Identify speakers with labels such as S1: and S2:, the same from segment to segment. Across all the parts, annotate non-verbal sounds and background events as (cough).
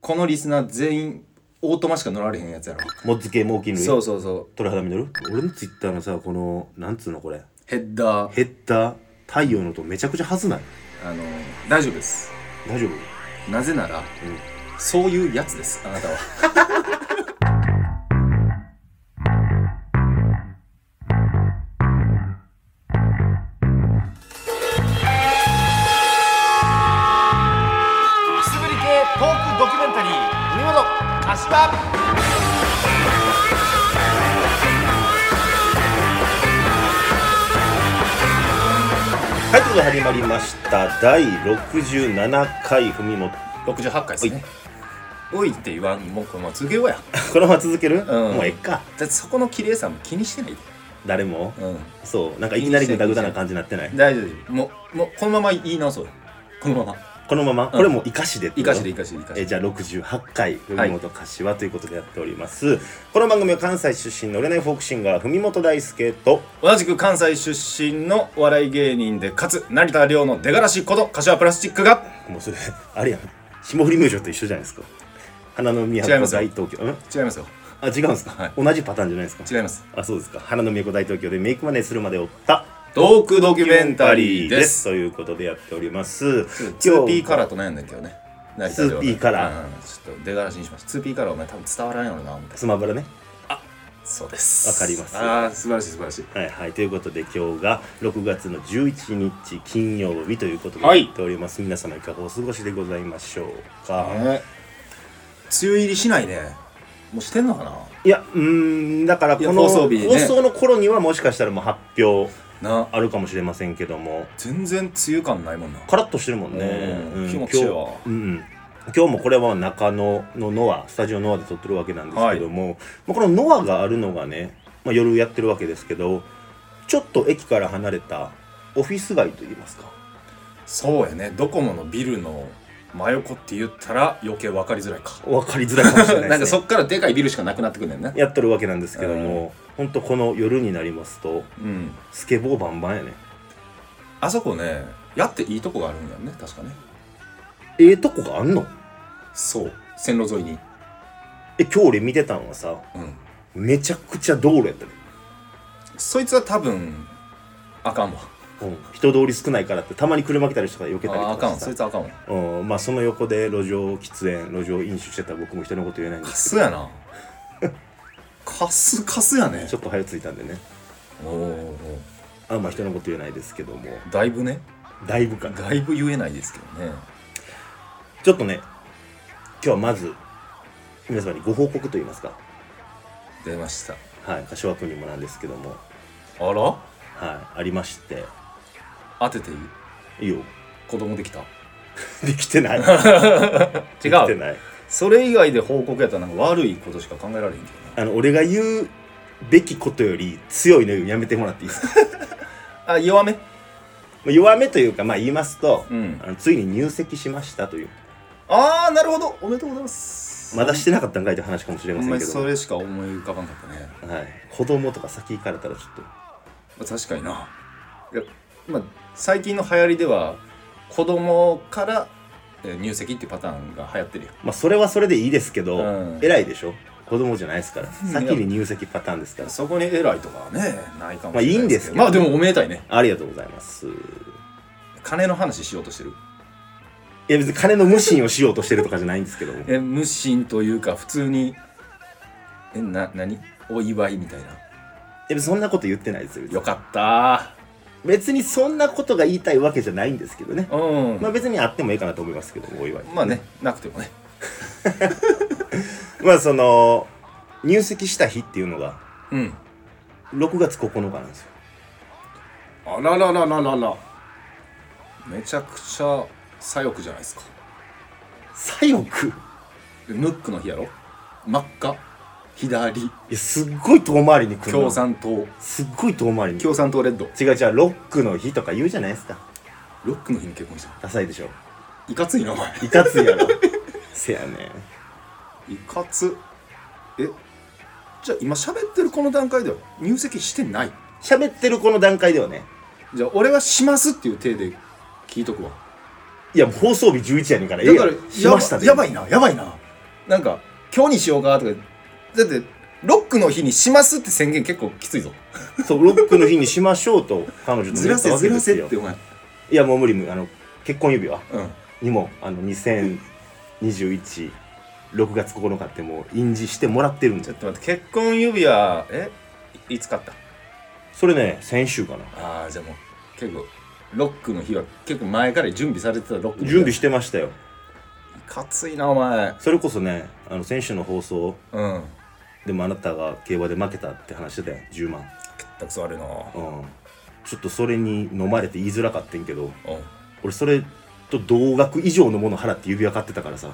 S1: このリスナー全員オートマしか乗られへんやつやろ
S2: もっつけ猛禽類
S1: そうそうそう
S2: 鳥肌実る俺のツイッターのさこのなんつうのこれ
S1: ヘッダー
S2: ヘッダー太陽の音めちゃくちゃはずない
S1: あの大丈夫です
S2: 大丈夫
S1: なぜなら、そういうやつですあなたは
S3: くすぶり系トークドキュメンタリー海本柏
S2: はいということで始まりました第67回文も (laughs)
S1: 68回ですねおいって言わんもうこのまま続けようや
S2: このまま続ける、
S1: ん
S2: もうえっか
S1: だってそこの綺麗さも気にしてない
S2: 誰も、
S1: う
S2: そうなんかいきなりグダグダな感じになってない
S1: ん大丈夫もうもうこのまま言い直そうよこのまま
S2: このまま、これも生かしでって
S1: 生
S2: こ
S1: か
S2: と
S1: しで生かしで生かし
S2: え
S1: で
S2: じゃあ68回「文元柏」ということでやっております、この番組は関西出身の売れないフォークシンガー文元大輔と
S1: 同じく関西出身のお笑い芸人でかつ成田凌の出がらしこと柏プラスチックが
S2: もうそれあれやん霜降り明星と一緒じゃないですか花の都
S1: 違い
S2: 大
S1: ますよ
S2: 東京ん
S1: 違いますよ
S2: あ違うんですか、
S1: はい
S2: 同じパターンじゃないですか
S1: 違います
S2: あそうですか花の都大東京でメイクマネーするまで追った
S1: トークドキュメンタリーです
S2: ということでやっております今
S1: 2P
S2: 日
S1: カラーと悩んだけどね
S2: 2P カラー
S1: ーちょっと出がらしにしました 2P カラーお前多分伝わらないのなみたいな
S2: スマブラね
S1: そうです
S2: わかります
S1: ああ素晴らしい素晴らしい
S2: はいはいということで今日が6月の11日金曜日ということで
S1: はい
S2: やっております、皆様いかがお過ごしでございましょうか、
S1: 梅雨入りしないねもうしてんのか
S2: いやうーんだからこ
S1: いや
S2: の
S1: 放
S2: 放
S1: 送
S2: 送,、
S1: 日ね
S2: の頃にはもしかしたらもう発表
S1: なな
S2: あるかもしれませんけども
S1: 全然梅雨感ないもんな
S2: カラッとしてるもんね、
S1: うん
S2: うん
S1: 気持ちいいわ
S2: 今日,、うん、今日もこれは中野のノアスタジオノアで撮ってるわけなんですけども、まあこのノアがあるのがね、まあ、夜やってるわけですけどちょっと駅から離れたオフィス街といいますか
S1: そうやねドコモのビルの真横って言ったら余計分かりづらいか
S2: 分かりづらいかもしれないです、ね、
S1: (laughs) なんかそっからでかいビルしかなくなってくるんだよね
S2: やっとるわけなんですけども、ほんとこの夜になりますと
S1: うん
S2: スケボーバンバンやね
S1: あそこねやっていいとこがあるんだよね確かね
S2: ええとこがあんの
S1: そう線路沿いに
S2: え今日俺見てたんはさ
S1: うん
S2: めちゃくちゃ道路やったね、
S1: そいつは多分あかんわ
S2: うん、人通り少ないからってたまに車来たりとか避けたり
S1: ああ
S2: と
S1: か
S2: か
S1: んわ
S2: し
S1: そ
S2: てさ
S1: いつはあかんわ
S2: うんまあその横で路上喫煙路上飲酒してたら僕も人のこと言えないんで
S1: カ
S2: す
S1: スや
S2: (laughs)
S1: なカスカスやね
S2: ちょっと早ついたんでね
S1: おお
S2: あんま人のこと言えないですけども
S1: だいぶね
S2: だいぶかな
S1: だいぶ言えないですけどね
S2: ちょっとね今日はまず皆様にご報告といいますか
S1: 出ました
S2: はい柏君にもなんですけども
S1: あら
S2: はいありまして
S1: 当てていい
S2: いいよ
S1: 子供できた
S2: でき
S1: (laughs)
S2: てないできてない
S1: それ以外で報告やったらなんか悪いことしか考えられへんけどね
S2: あの俺が言うべきことより強いの言うのやめてもらっていいですか
S1: あ弱め
S2: まあ弱めというかまあ言いますと、
S1: うん
S2: あのついに入籍しましたという
S1: ああなるほどおめでとうございます
S2: まだしてなかったんかいという話かもしれ
S1: お
S2: ません
S1: 前
S2: けど
S1: それしか思い浮かばんかったね
S2: はい、子供とか先行かれたらちょっと
S1: まあ確かにないや、まあ、最近の流行りでは子供からえー入籍ってパターンが流行ってるよ
S2: まあそれはそれでいいですけど、
S1: うん
S2: 偉いでしょ子供じゃないですから先に入籍パターンですから
S1: そこに偉いとかはねないかもしれない
S2: まあいいんですけど
S1: まあでもおめでたいね
S2: ありがとうございますい
S1: 金の話しようとしてる
S2: や別に金の無心をしようとしてるとかじゃないんですけども
S1: え無心というか普通にえな何お祝いみたいな
S2: え別にそんなこと言ってないですよ別に
S1: よかった
S2: 別にそんなことが言いたいわけじゃないんですけどね、
S1: うん
S2: ま
S1: ま
S2: あ別にあってもいいかなと思いますけどもお祝い
S1: あねなくてもね
S2: まあその入籍した日っていうのが
S1: うん
S2: 6月9日なんですよ
S1: あららららららめちゃくちゃ左翼じゃないですか
S2: 左翼い
S1: でムックの日やろ真っ赤左
S2: やすっごい遠回りに来るな
S1: 共産党
S2: すっごい遠回りに
S1: 共産党レッド
S2: 違う違うロックの日とか言うじゃないですか
S1: ロックの日に結婚した
S2: ダサいでしょ
S1: いかついなお前
S2: いかつい
S1: (laughs)
S2: やろせやね
S1: いかつえじゃあ今喋ってるこの段階では入籍してない
S2: 喋ってるこの段階ではね
S1: じゃあ俺はしますっていう体で聞いとくわ
S2: いやもう放送日11やねんからええ
S1: だ
S2: や
S1: から
S2: ろしましたで
S1: やばやばいなやばいななんか今日にしようかとかだってロックの日にしますって宣言結構きついぞ
S2: そうロックの日にしましょうと彼女と
S1: ずらせずらせってお前
S2: いやもう無理無理あの結婚指輪
S1: うん
S2: にもあの20216月9日ってもう印字してもらってるん
S1: ち
S2: で
S1: ょっと待って結婚指輪えいいつ買った
S2: それね先週かな
S1: ああじゃあもう結構ロックの日は結構前から準備されてたロックの日
S2: 準備してましたよ
S1: いかついなお前
S2: それこそねあの先週の放送
S1: うん
S2: でもあなたが競馬で負けたって話してたやん10万
S1: 結ったくそ悪いな
S2: うんちょっとそれに飲まれて言いづらかったんけど
S1: うんや
S2: 俺それと同額以上のもの払って指輪買ってたからさ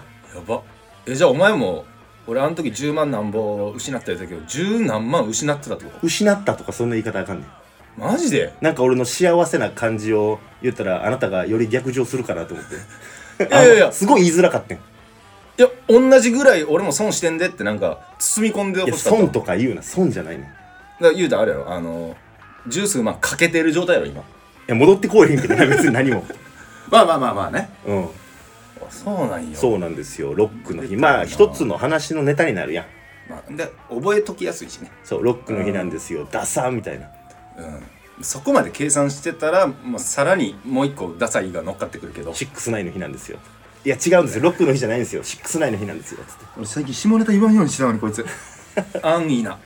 S1: ばえじゃあお前も俺あの時10万なんぼ失ったやつだけど10何万失ってたってこと
S2: 失ったとかそんな言い方あかんねん
S1: マジ (laughs) で
S2: なんか俺の幸せな感じを言ったらあなたがより逆上するかなと思って
S1: いやいやいや
S2: あのすごい言いづらかったん
S1: いや同じぐらい俺も損してんでってなんか包み込んで
S2: い
S1: ほ
S2: や
S1: しかった
S2: 損とか言うな損じゃないねんい
S1: だから言うたらあれやろあのジュースまあ欠けてる状態やろ今
S2: や戻ってこうへんけどな別に
S1: (laughs)
S2: 何も
S1: まあまあまあまあね
S2: うん
S1: そうなんよ
S2: そうなんですよロックの日まあ一つの話のネタになるやん
S1: まあ、で覚えときやすいしね、
S2: そうロックの日なんですよダサーみたいな
S1: うん、そこまで計算してたら、まあ、さらにもう一個ダサいが乗っかってくるけど
S2: シックスナインの日なんですよいや違うんですよロックの日じゃないんですよシックスナインの日なんですよつって
S1: 俺最近下ネタ言わんようにしてたのにこいつ (laughs) 安易な
S2: っ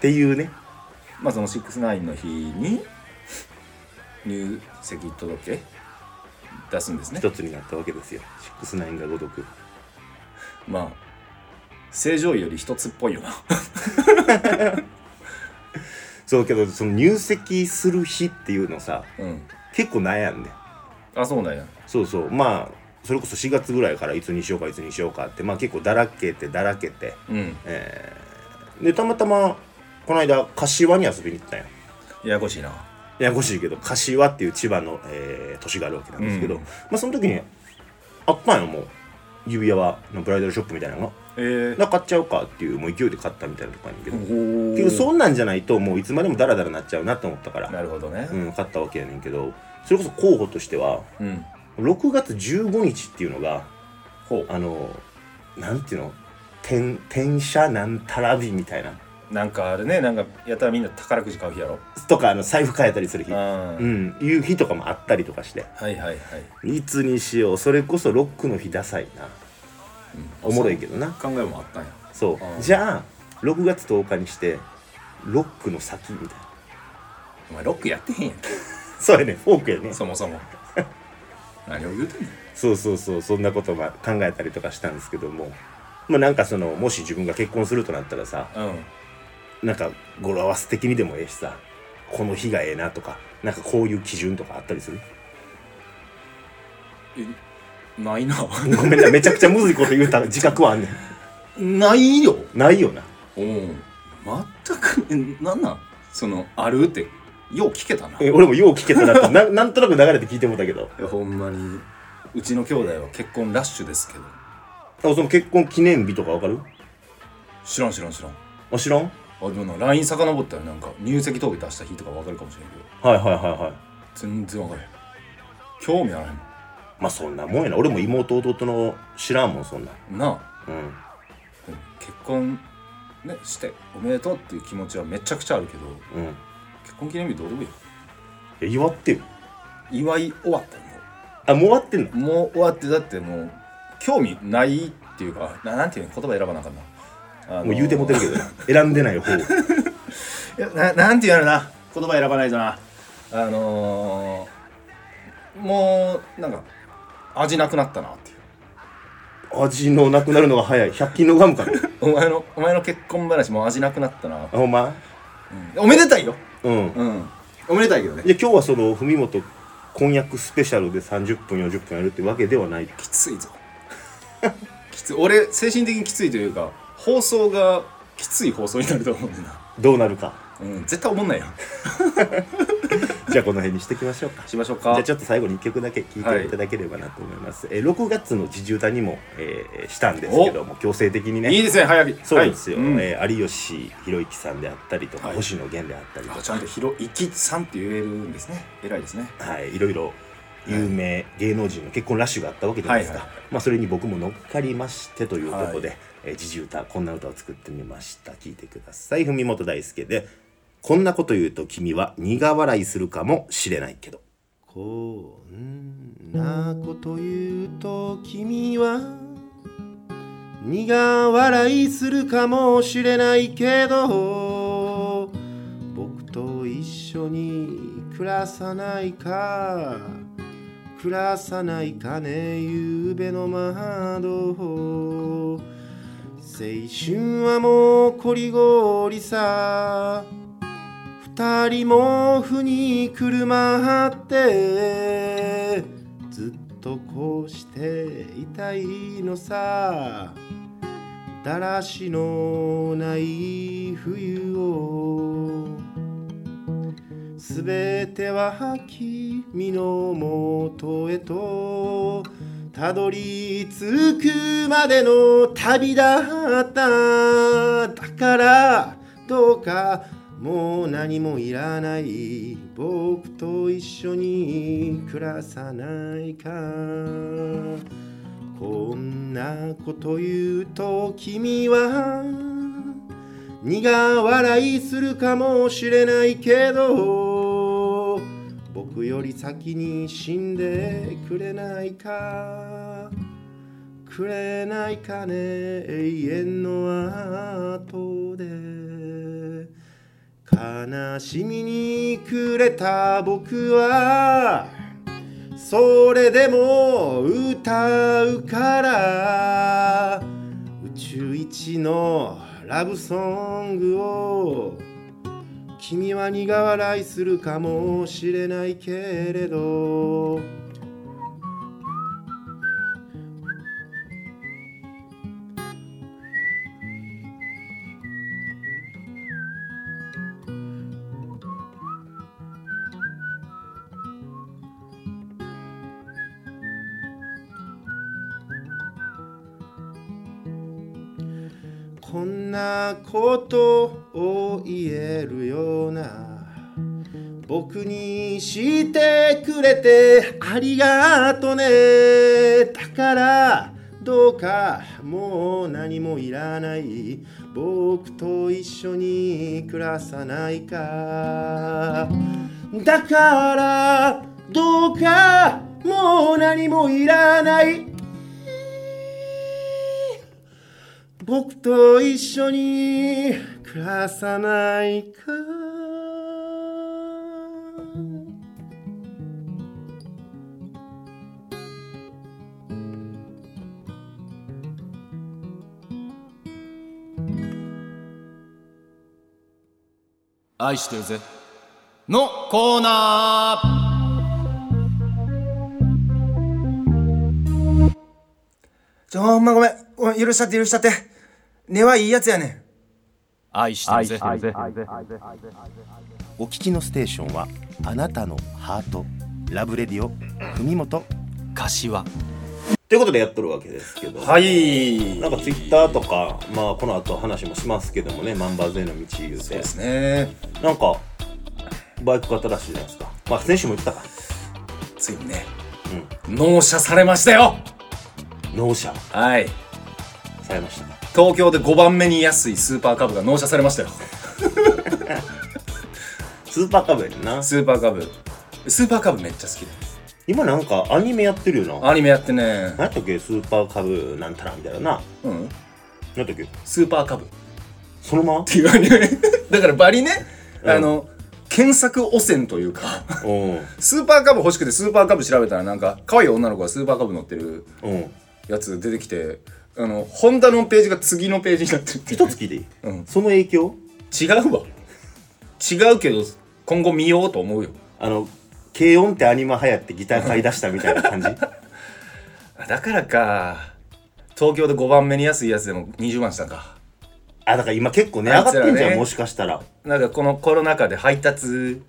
S2: ていうね
S1: まあその69の日に入籍届け出すんですね
S2: 一つになったわけですよシックスナインがごとく
S1: まあ正常位より一つっぽいよ (laughs) な
S2: そうけどその入籍する日っていうのさ
S1: うん
S2: 結構悩んで
S1: あそうなんや
S2: そうそうまあそれこそ4月ぐらいからいつにしようかいつにしようかってまあ結構だらけてだらけて、
S1: うん
S2: えーでたまたまこの間柏に遊びに行ったんよ
S1: ややこしいな
S2: ややこしいけど柏っていう千葉の、えー都市があるわけなんですけど、
S1: うん
S2: まあその時にあったんよもう指輪はのブライダルショップみたいなの
S1: えー、
S2: が買っちゃうかっていうもう勢いで買ったみたいなとこあるんやけど、
S1: お
S2: 結局そんなんじゃないともういつまでもダラダラなっちゃうなと思ったから、
S1: なるほどね
S2: うん、買ったわけやねんけどそれこそ候補としては
S1: うん、
S2: 6月15日っていうのが
S1: ほ
S2: あのなんていうの転転写なんたら日みたいな
S1: うなんかあれねなんかやたらみんな宝くじ買う日やろ
S2: とかあの財布変えたりする日、う
S1: あー
S2: ん、いう日とかもあったりとかして
S1: はいはいはい、
S2: いつにしようそれこそロックの日ダサいなおもろいけどな
S1: 考えもあったんや
S2: そう
S1: あー
S2: じゃあ6月10日にしてロックの先みたいな
S1: お前ロックやってへんやん
S2: そうやねフォークや
S1: (laughs)
S2: ね
S1: そもそも何を言うてんの
S2: そうそうそうそんなことも考えたりとかしたんですけどもまあなんかそのもし自分が結婚するとなったらさ
S1: うん
S2: なんか語呂合わせ的にでもええしさこの日がええなとかなんかこういう基準とかあったりする (laughs)
S1: えないな
S2: ごめんなめちゃくちゃむずいこと言うたら自覚はあんね
S1: (laughs) ないよ
S2: んないよな
S1: うん全くえなんなんそのあるってよう聞けたな
S2: え俺もよう聞けたなって (laughs) ななんとなく流れて聞いてもうたけど
S1: いやほんまにうちの兄弟は結婚ラッシュですけど
S2: あその結婚記念日とかわかる
S1: 知らん知らん知らんあ
S2: あ知らんはい
S1: でもな LINE 遡ったらなんか入籍届出した日とかわかるかもしれんけど
S2: はいはいはい
S1: 全然わからへん興味あらへん
S2: まあそんなもんやな俺も妹弟の知らんもんそんな
S1: もんなあ
S2: うん
S1: でも結婚ねしておめでとうっていう気持ちはめちゃくちゃあるけど
S2: うんい
S1: 結婚記念日どうでもいいよ
S2: や祝ってよ
S1: 祝い終わったよもう
S2: あもう終わってんの
S1: もう終わってだってもう興味ないっていうかななんていうの言葉選ばなあかんなあの
S2: もう言うてもてるけどな選んでない方
S1: いやななんていうのな言葉選ばないとなあのー、もうなんか味なくなったなっていう
S2: 味のなくなるのが早い100均のガムかな
S1: (laughs) お前のお前の結婚話もう味なくなったな、
S2: あほんま
S1: うんおめでたいよ
S2: うん
S1: うんおめでたいけどね
S2: で今日はその文元婚約スペシャルで30分40分やるってわけではない
S1: きついぞきつい俺精神的にきついというか放送がきつい放送になると思うねんな、
S2: どうなるか
S1: うん、絶対思んないよ
S2: じゃあこの辺にしていきましょうかじ
S1: しましょうか
S2: ゃあちょっと最後に1曲だけ聴いていただければなと思います、えー6月の自重歌にも、えーしたんですけども強制的にね
S1: いいですね早火
S2: そうですよ、
S1: はいうん
S2: えー有吉弘行さんであったりとか、
S1: はい
S2: 星野源であったりと
S1: あ
S2: か
S1: ちゃんとひろいきさんって言えるんですね偉いですね
S2: はいいろいろ有名芸能人の結婚ラッシュがあったわけじゃないですか、
S1: はいは
S2: まあ、それに僕も乗っかりましてということで、
S1: は
S2: えー自重歌こんな歌を作ってみました聞いてください文元大輔で「こんなこと言うと君は苦笑いするかもしれないけど」こんなこと言うと君は苦笑いするかもしれないけど僕と一緒に暮らさないか暮らさないかね夕べの窓青春はもうこりごりさ二人もふに車ってずっとこうしていたいのさだらしのない冬をすべては君のもとへとたどり着くまでの旅だっただからどうかもう何もいらない僕と一緒に暮らさないかこんなこと言うと君は苦笑いするかもしれないけど僕より先に死んでくれないかくれないかね永遠の後で悲しみに暮れた僕はそれでも歌うから宇宙一のラブソングを君は苦笑いするかもしれないけれどこんなことを言えるような僕にしてくれてありがとねだからどうかもう何もいらない僕と一緒に暮らさないかだからどうかもう何もいらない僕と一緒に暮らさないか
S4: 愛してるぜのコーナ
S1: ちょほんまごめんごめん許しちゃって許しちゃって根はいいやつやねん
S4: ー愛してるぜ
S2: お聞きのステーションはあなたのハートラブレディオ文元
S4: 柏
S2: ということでやっとるわけですけど
S1: い
S2: なんかツイッターとかまあこの後話もしますけどもねマンバーズへの道言う
S1: そう
S2: て
S1: ですね
S2: なんかバイク買ったらしいじゃないですかまあ先週も言ってたか
S1: ついにね、納車されましたよ
S2: 納車
S1: はい
S2: されました
S1: 東京で5番目に安いスーパーカブが納車されましたよ
S2: スーパーカブやねんな
S1: スーパーカブスーパーカブめっちゃ好きで
S2: 今なんかアニメやってるよな
S1: アニメやってね
S2: 何やったっけスーパーカブなんたらみたいなな
S1: うん
S2: 何やったっけ
S1: スーパーカブっ
S2: そのまま
S1: ていうアニメ (laughs) だからバリね、
S2: うん
S1: あの検索汚染というか (laughs)
S2: うん
S1: スーパーカブ欲しくてスーパーカブ調べたらなんか可愛い女の子がスーパーカブ乗ってる
S2: うん
S1: やつ出てきてあのホンダのページが次のページになってるっていう
S2: 一月でいい、
S1: うん
S2: その影響
S1: 違うわ違うけど今後見ようと思うよ
S2: あの軽音ってアニマ流行ってギター買い出したみたいな
S1: (laughs)
S2: 感じ
S1: あだからか東京で5番目に安いやつでも20万したんか
S2: あだから今結構ね
S1: あ
S2: 上
S1: い
S2: が
S1: つ
S2: っ
S1: らね
S2: てんじゃん、もしかしたら
S1: なんかこのコロナ禍で配達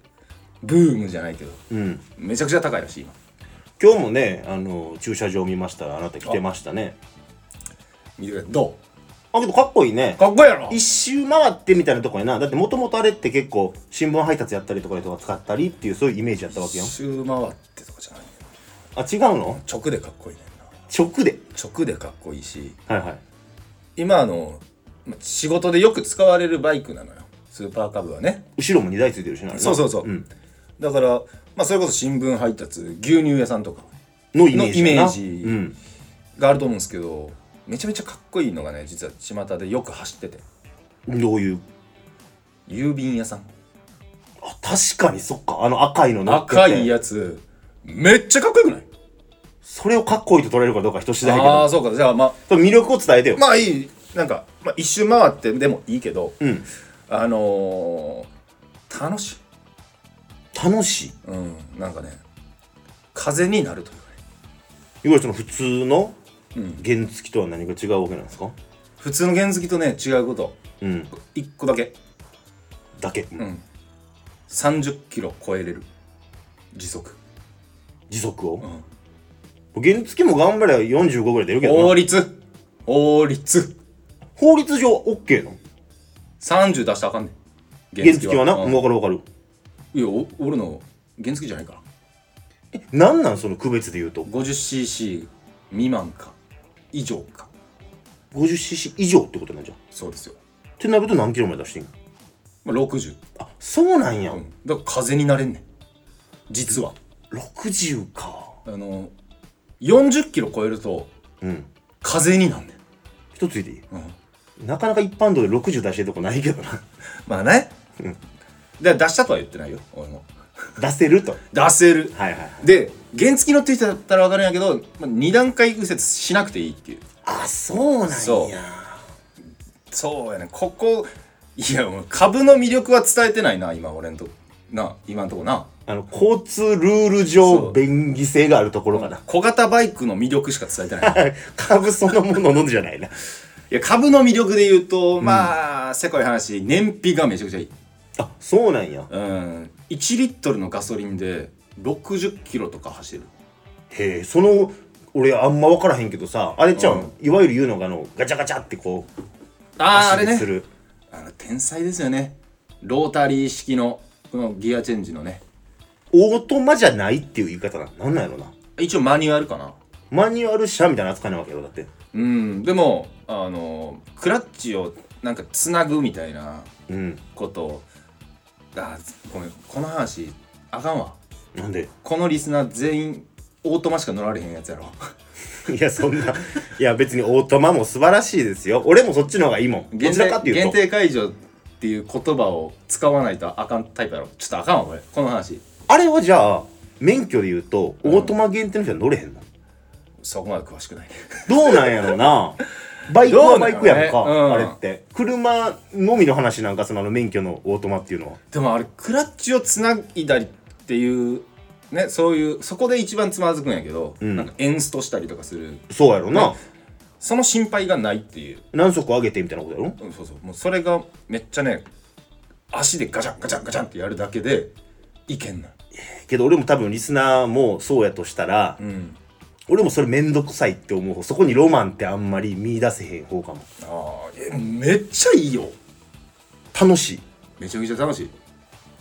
S1: ブームじゃないけど
S2: うん
S1: めちゃくちゃ高いらしい今
S2: 今日もねあの駐車場見ましたらあなた来てましたね
S1: 見てくれど
S2: あけどかっこいいね
S1: うかっこいいやろ
S2: 一周回ってみたいなとこやなだってもともとあれって結構新聞配達やったりとかでとか使ったりっていうそういうイメージやったわけよ
S1: 一周回ってとかじゃない
S5: あ違うの
S1: 直でかっこいいねんな
S5: 直で
S1: 直でかっこいいし
S5: はいはい
S1: 今あのま仕事でよく使われるバイクなのよスーパーカブはね
S5: 後ろも2台ついてるしな
S1: そうそうそう
S5: うん、
S1: だから、まあ、それこそ新聞配達牛乳屋さんとか
S5: のイメージ
S1: のイ
S5: やな
S1: メージ
S5: うん、
S1: があると思うんですけどめちゃめちゃかっこいいのがね実は巷でよく走ってて
S5: どういう
S1: 郵便屋さん
S5: あ確かにそっかあの赤いの乗ってて
S1: 赤いやつめっちゃかっこよくない
S5: それをかっこいいと取れるかどうか人次第やけ
S1: ああ
S5: ど
S1: ーそうかじゃあまあ
S5: その魅力を伝えてよ、
S1: まあいいなんか、まあ、一周回ってでもいいけど
S5: うん
S1: あのー楽しい
S5: 楽しい
S1: うんなんかね風になるというかね
S5: いわゆるその普通の
S1: うん
S5: 原付とは何が違うわけなんですか
S1: 普通の原付とね違うこと
S5: うん
S1: 一個だけ
S5: だけ、
S1: うん30キロ超えれる時速、
S5: 時速
S1: う
S5: を、
S1: ん、
S5: 原付も頑張れば45ぐらい出るけど
S1: 法
S5: な
S1: 律法律
S5: 法律上は OK なの
S1: 30出したらあかんねん
S5: 原付はな、
S1: うん
S5: 分かる分かる
S1: いやお俺の原付じゃないから
S5: なんなんその区別で言うと
S1: 50cc 未満か以上か
S5: 50cc 以上ってことなんじゃん
S1: そうですよ、
S5: ってなると何キロまで出していいの
S1: まあ、60、
S5: あそうなんや、
S1: うん、だから風になれんねん実は
S5: 60か
S1: あの40キロ超えると
S5: うん
S1: 風になんねん、
S5: 一ついでいい
S1: うん
S5: なかなか一般道で60出してるとこないけどな (laughs)
S1: まあね、で出したとは言ってないよ俺も
S5: 出せるとは
S1: 出せる
S5: いはいはい
S1: で原付き乗ってきたったら分かるんやけど、まあ、2段階右折しなくていいっていう
S5: あそうなんや
S1: そうそうやねここいやもう株の魅力は伝えてないな今俺んとこな今んとこな
S5: あの交通ルール
S1: そ
S5: 上
S1: う
S5: 便宜性があるところかな、
S1: 小型バイクの魅力しか伝えてない
S5: (laughs) 株そのもののじゃないな
S1: いや株の魅力で言うとまあ、せこい話燃費がめちゃくちゃいい
S5: あそうなんや
S1: うん1リットルのガソリンで60キロとか走る
S5: へえその俺あんま分からへんけどさあれちゃうん、いわゆる言うのがあのガチャガチャってこう
S1: あああれ
S5: す
S1: ね
S5: る
S1: あの天才ですよねロータリー式のこのギアチェンジのね
S5: オートマじゃないっていう言い方ななんなんやろな
S1: 一応マニュアルかな
S5: マニュアル車みたいな扱いなわけよだって
S1: うんでもあのクラッチをなんかつなぐみたいな
S5: うん
S1: ことをあごめんこの話あかんわ
S5: なんで (laughs)
S1: このリスナー全員オートマしか乗られへんやつやろ
S5: いやそ
S1: (laughs)
S5: んないや別にオートマも素晴らしいですよ俺もそっちの方がいいもんど
S1: 限
S5: ちらかって
S1: 定
S5: いう
S1: 限
S5: と
S1: 定解除っていう言葉を使わないとあかんタイプやろちょっとあかんわこれこの話
S5: あれはじゃあ免許で言うとオートマ限定の人は乗れへんの、
S1: そこまで詳しくないね
S5: どうなんや
S1: (laughs)
S5: ろなバイクはバイクやんか、
S1: どうなんやろ
S5: あれ
S1: ねうん
S5: って車のみの話なんかそのあの免許のオートマっていうのは
S1: でもあれクラッチをつないだりっていうねそういうそこで一番つまずくんやけど、
S5: ん
S1: なんかエンストしたりとかする
S5: そうやろな、
S1: その心配がないっていう
S5: 何足上げてみたいなことやろ
S1: うんそうそうもうそれがめっちゃね足でガチャンガチャンガチャンってやるだけでいけんな
S5: けど俺も多分リスナーもそうやとしたら、
S1: うん
S5: 俺もそれめんどくさいって思う方そこにロマンってあんまり見出せへん方かも
S1: ああえめっちゃいいよ
S5: 楽しい
S1: めちゃくちゃ楽しい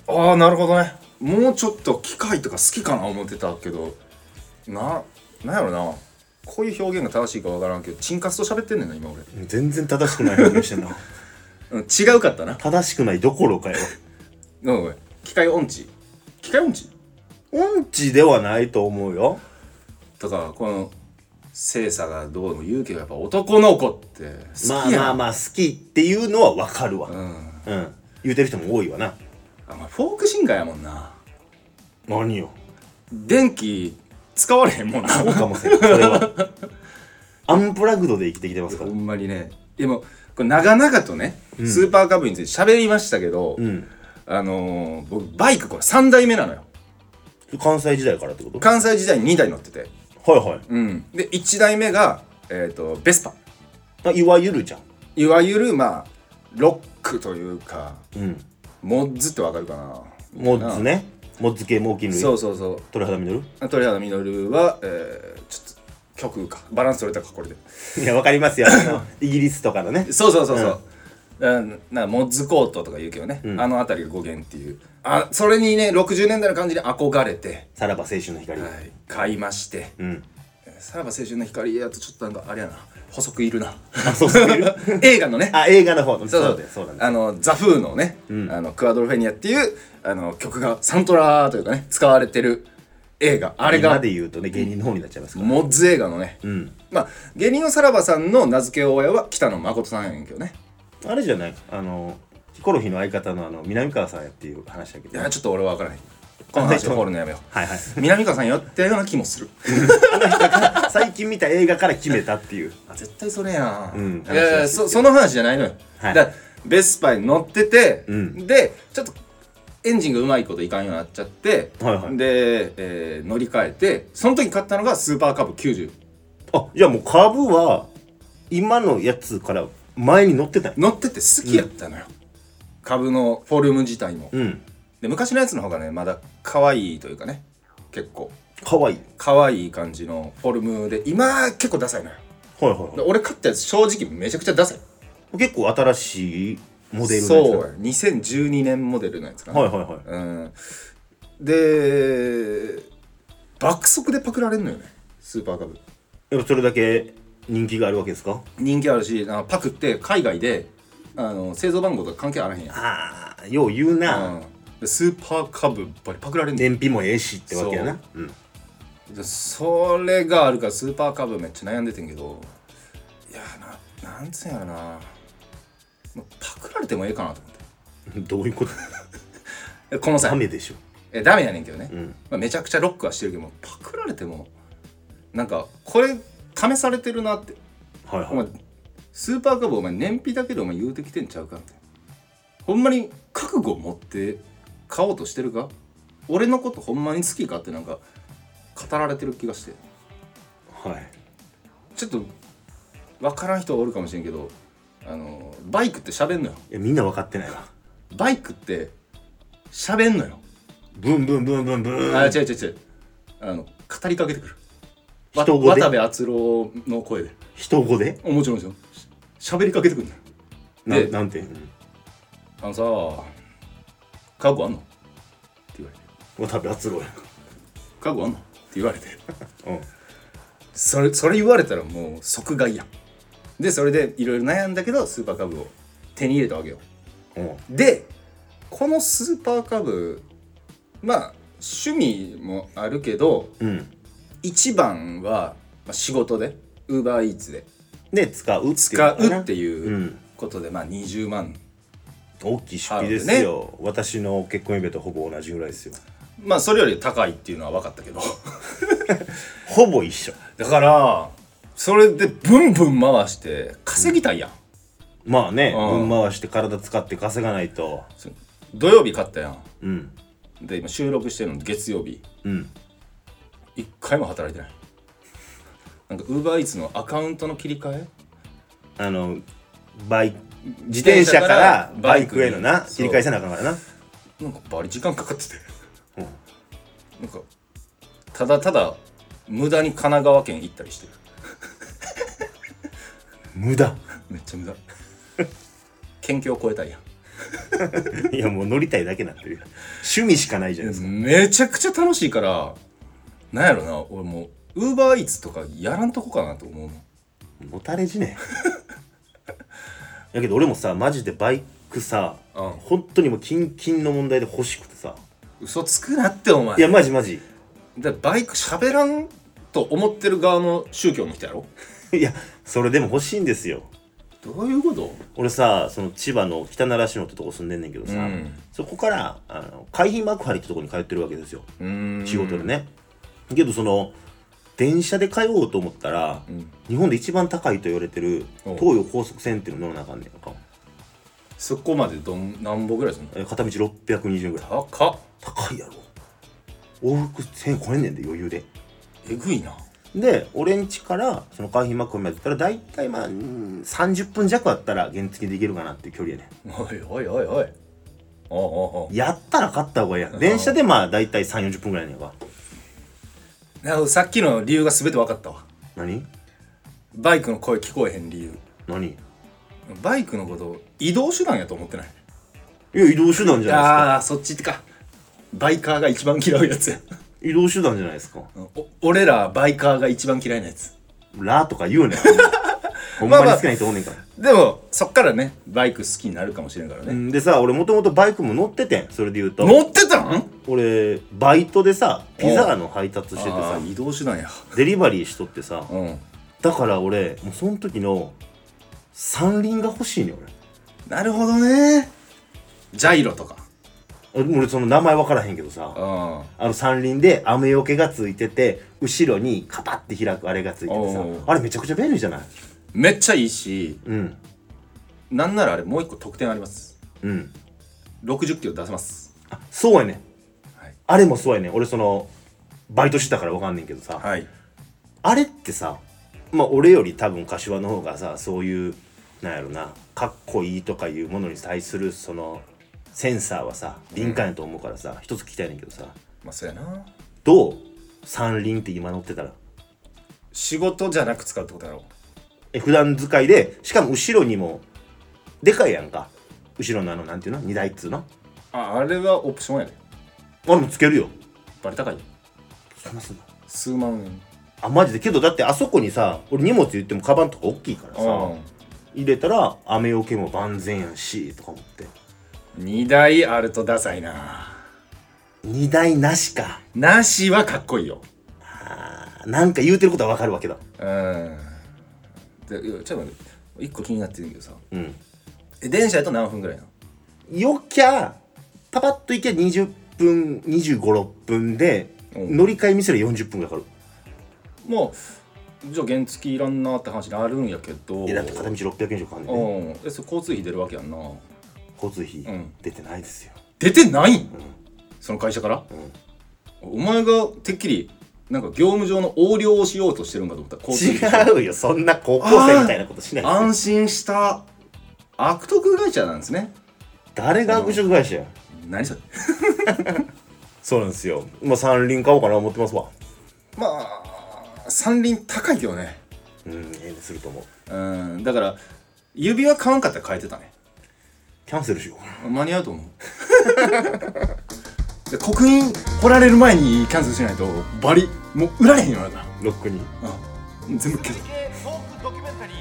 S1: ああなるほどねもうちょっと機械とか好きかな思ってたけどななんやろなこういう表現が正しいかわからんけどチンカスと喋ってんねんな今俺、
S5: 全然正しくない表現して
S1: (laughs)
S5: んな
S1: うん、違うかったな
S5: 正しくないどころかよ
S1: うんごめん機械音痴機械音痴
S5: 音痴ではないと思うよ
S1: とかこの精査がどうも言うけどやっぱ男の子って好
S5: まあ
S1: きやん、
S5: まあまあ好きっていうのはわかるわうん、
S1: うん
S5: 言うてる人も多いわな
S1: あまあフォークシンガーやもんな
S5: 何よ
S1: 電気使われへんもんな
S5: (laughs) そうかもしれんそれ
S1: (laughs)
S5: はアンプラグドで生きてきてますか
S1: ほ
S5: ら
S1: んまにねでもこれ長々とね、スーパーカブについて喋りましたけど、
S5: うん
S1: あのー僕バイクこれ3代目なのよ
S5: 関西時代からってこと
S1: 関西時代に2台乗ってて、
S5: はいはい
S1: うん、で1台目が、えー、とベスパ
S5: あいわゆるじゃん
S1: いわゆるまあロックというか
S5: うん
S1: モッズってわかるかな
S5: モッズねモッズ系猛禽類
S1: そうそうそう
S5: 鳥肌実
S1: 鳥肌実は、えーちょっと曲かバランス取れたかこれで
S5: るいやわかりますよあのイギリスとかのね
S1: そうそうそうそう、うんなんかモッズコートとか言うけどね、
S5: ん
S1: あの辺りが語源っていうあそれにね60年代の感じに憧れて、
S5: さらば青春の光、
S1: はい買いまして、
S5: うん
S1: さらば青春の光やとちょっとなんかあれやな細くいるな
S5: そうそういる
S1: (laughs) 映画のね
S5: あ映画の方そう
S1: そう
S5: だよそうだね
S1: あのザ・フーのね、あのクアドロフェニアっていうあの曲がサントラというかね使われてる映画あれ
S5: 今
S1: が
S5: で言うとね芸人の方になっちゃいますから、
S1: モッズ映画のね、
S5: うん、
S1: まあ芸人のさらばさんの名付け親は北野誠さんやねんけどね
S5: あれじゃないあのヒコロヒーの相方のあの南川さんやっていう話だけ
S1: い
S5: ど、
S1: やちょっと俺は分からないこの話を掘るのやめよう
S5: はいはい
S1: 南川さんやったような気もする
S5: 最近見た映画から決めたっていう
S1: 絶対それやん、
S5: うん
S1: いやいやそその話じゃないのよ、
S5: はい
S1: だからベスパに乗ってて、
S5: うん
S1: でちょっとエンジンがうまいこといかんようになっちゃって、
S5: はいはい
S1: で、えー乗り換えてその時買ったのがスーパーカブ90
S5: あじゃあもう株は今のやつから前に乗ってたんや
S1: 乗ってて好きやったのよ、株のフォルム自体も、
S5: うん
S1: で昔のやつの方がねまだ可愛いというかね結構
S5: かわいい
S1: 可愛い感じのフォルムで今結構ダサいのよ
S5: はいはい
S1: で
S5: は
S1: 俺買ったやつ正直めちゃくちゃダサい
S5: い結構新しいモデルのやつ
S1: そうや2012年モデルのやつかな、
S5: はいはいはい
S1: うん、で爆速でパクられんのよねスーパーカブ
S5: やっぱそれだけ人気があるわけですか
S1: 人気あるしあのパクって海外であの製造番号とか関係あらへんやん、
S5: ああよう言うな、
S1: うんでスーパーカブばりパクられんね
S5: 燃費もええしってわけやなうん
S1: でそれがあるからスーパーカブめっちゃ悩んでてんけどいやななんつうんやろなもうパクられてもええかなと思って
S5: どういうこと
S1: えこの
S5: ダ
S1: 際
S5: メでしょ
S1: えダメやねんけどね、
S5: うん
S1: まあ、めちゃくちゃロックはしてるけどもパクられてもなんかこれ試されてるなって
S5: はい
S1: お
S5: は
S1: 前スーパーカブお前燃費だけでお前言うてきてんちゃうかみたいなほんまに覚悟を持って買おうとしてるか俺のことほんまに好きかってなんか語られてる気がして
S5: いはい
S1: ちょっと分からん人はおるかもしれんけどあのバイクって喋んのよ
S5: いやみんな分かってないわ
S1: バイクって喋んのよ、
S5: ブンブンブンブンブーン
S1: あ違う違う違うあの語りかけてくるわ
S5: 人語で
S1: 渡部篤郎の声で
S5: 人語で
S1: もちろんもちろんし喋りかけてくるんだよ
S5: な
S1: で
S5: なんて、
S1: あのさ覚悟あんのって言われて
S5: 渡部篤郎や
S1: 覚悟あんのって言わ (laughs) れて
S5: うん
S1: それそれ言われたらもう即買いやんでそれでいろいろ悩んだけどスーパーカブを手に入れたわけよ
S5: うん
S1: でこのスーパーカブまあ趣味もあるけど
S5: うん
S1: 一番はまあ仕事でウーバーイーツで
S5: で使うっていう
S1: 使
S5: のかな
S1: うって
S5: う
S1: いうんことで、まあ20万
S5: 大きい出費ですよ、私の結婚指輪とほぼ同じぐらいですよ
S1: まあそれより高いっていうのは分かったけど
S5: ほぼ一緒
S1: だからそれでブンブン回して稼ぎたいやん、
S5: まあね
S1: うん
S5: 分回して体使って稼がないと
S1: そう土曜日買ったやん
S5: うん
S1: で今収録してるの月曜日
S5: うん
S1: 一回も働いてないなんかウーバーイーツのアカウントの切り替え
S5: あのバイ自転車からバイクへのな
S1: そう
S5: 切り替えせなあかんからな
S1: なんかバリ時間かかってて、なんかただただ無駄に神奈川県行ったりしてる
S5: 無駄
S1: めっちゃ無駄県境を越えたいやん
S5: いやもう乗りたいだけになってるよ趣味しかないじゃないですか、
S1: めちゃくちゃ楽しいからなんやろな俺もうウーバーイーツとかやらんとこかなと思うの
S5: もたれじねえ (laughs) だけど俺もさマジでバイクさ、
S1: うん
S5: 本当にもうキンキンの問題で欲しくてさ
S1: 嘘つくなってお前
S5: いやマジマジ
S1: だからバイク喋らんと思ってる側の宗教の人やろ
S5: いやそれでも欲しいんですよ
S1: どういうこと
S5: 俺さその千葉の北習志野ってとこ住んでんねんけどさ、
S1: うん
S5: そこからあの海浜幕張ってとこに通ってるわけですよ
S1: うーん
S5: 仕事でね、けどその電車で通おうと思ったら、
S1: ん
S5: 日本で一番高いと言われてる
S1: お
S5: 東洋高速線っていうの乗らなあかんねんか
S1: そこまでどん何歩ぐらいするの
S5: え片道620円ぐらい
S1: 高っ
S5: 高いやろ往復1000円超えんねんで余裕で
S1: えぐいな
S5: で俺ん家からその海浜幕張まで行ったら大体まあうん30分弱あったら原付で行けるかなっていう距離やねん
S1: おいおいおいおいおうおうおう
S5: やったら勝った方がいいやん電車でまあ大体3 4 0分ぐらいねんか
S1: なおさっきの理由が全て分かったわ
S5: 何
S1: バイクの声聞こえへん理由
S5: 何
S1: バイクのことを移動手段やと思ってない
S5: いや移動手段じゃない
S1: ああそっちかバイカーが一番嫌うやつや
S5: ですか移動手段じゃないですか
S1: (laughs) お俺らバイカーが一番嫌いなやつ
S5: ラーとか言うねんほんまに好きな人おんねんから、
S1: でもそっからねバイク好きになるかもしれんから
S5: う
S1: ね、
S5: んでさ俺もともとバイクも乗っててんそれで言うと
S1: 乗ってたん
S5: 俺バイトでさピザの配達してて
S1: あ
S5: さ
S1: ー移動手段や
S5: デリバリーしとってさ
S1: うん
S5: だから俺もうその時の三輪が欲しいねん
S1: なるほどねジャイロとか
S5: 俺俺その名前分からへんけどさ
S1: あ
S5: あの三輪で雨よけがついてて後ろにカパッて開くあれがついててさ
S1: おうおう
S5: あれめちゃくちゃ便利じゃない
S1: めっちゃいいし
S5: うん
S1: なんならあれもう一個特典あります
S5: うん
S1: 60キロ出せます
S5: あそうやねん、
S1: はい
S5: あれもそうやねん俺そのバイトしてたから分かんねんけどさ、
S1: はい
S5: あれってさまあ俺より多分柏の方がさそういうなんやろなかっこいいとかいうものに対するそのセンサーはさ敏感やと思うからさ、一つ聞きたいねんけどさ
S1: まあそうやな
S5: どう三輪って今乗ってたら
S1: 仕事じゃなく使うってことやろ
S5: え普段使いでしかも後ろにもでかいやんか後ろのあのなんていうの荷台っつうの
S1: ああれはオプションやで
S5: 俺もつけるよ
S1: バレ高いよ
S5: そんなすんの
S1: 数万円
S5: あマジでけどだってあそこにさ俺荷物言ってもカバンとか大きいからさ
S1: うん
S5: 入れたら雨よけも万全やんしとか思って
S1: 2台あるとダサいな
S5: 荷台なしか
S1: なしはかっこいいよ
S5: あなんか言うてることはわかるわけだ
S1: うんでいやちょっと待って1個気になってるけどさ
S5: うん
S1: え電車やと何分ぐらいなの
S5: よきゃパパッといけば20分2 5 6分で、
S1: うん
S5: 乗り換え見せる40分かかる
S1: もうじゃあ原付いらんなって話になるんやけど
S5: えだって片道600円以上かかんねんね
S1: うんえそれ交通費出るわけやんな
S5: 交通費、
S1: うん
S5: 出てないですよ
S1: 出てないんその会社から、お前がてっきりなんか業務上の横領をしようとしてるんかと思った交通費
S5: 違うよそんな高校生みたいなことしないですよ
S1: 安心した悪徳会社なんですね
S5: 誰が学食会社や、
S1: 何それ
S5: そうなんですよまあ三輪買おうかな思ってますわ
S1: まあ三輪高いけどね
S5: うんええねすると思う
S1: うんだから指輪買わんかったら変えてたね
S5: キャンセルしようかな
S1: 間に合うと (laughs) 思うで刻印掘られる前にキャンセルしないとバリもう売られへんようになる
S5: ロックに
S1: からうん全部消す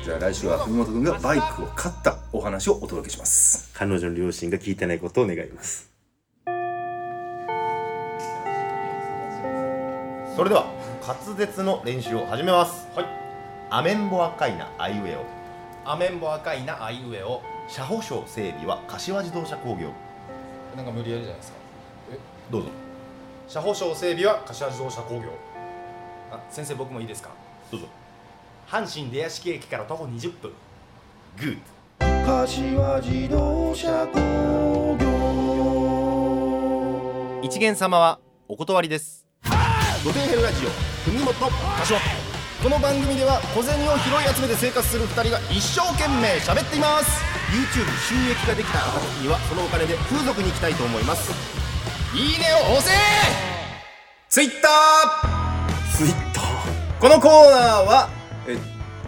S1: じゃあ来週は文元君がバイクを買ったお話をお届けします
S5: 彼女の両親が聞いてないことを願います
S6: それでは滑舌の練習を始めますはいアメンボ赤いなアイウェオ
S7: アメンボ赤いなあいうえを
S6: 車保証整備は柏自動車工業
S7: なんか無理やりじゃないですか
S6: どうぞ
S7: 車保証整備は柏自動車工業あ先生僕もいいですか
S6: どうぞ
S7: 阪神出屋敷駅から徒歩20分
S6: グッ
S7: 一元様はお断りです
S6: ド土手編ラジオ文元
S7: この番組では小銭を拾い集めて生活する2人が一生懸命喋っています
S6: YouTube 収益ができた暁にはそのお金で風俗に行きたいと思います
S7: いいねを押せ
S1: ツイッター
S5: ツイッター
S1: このコーナーはえ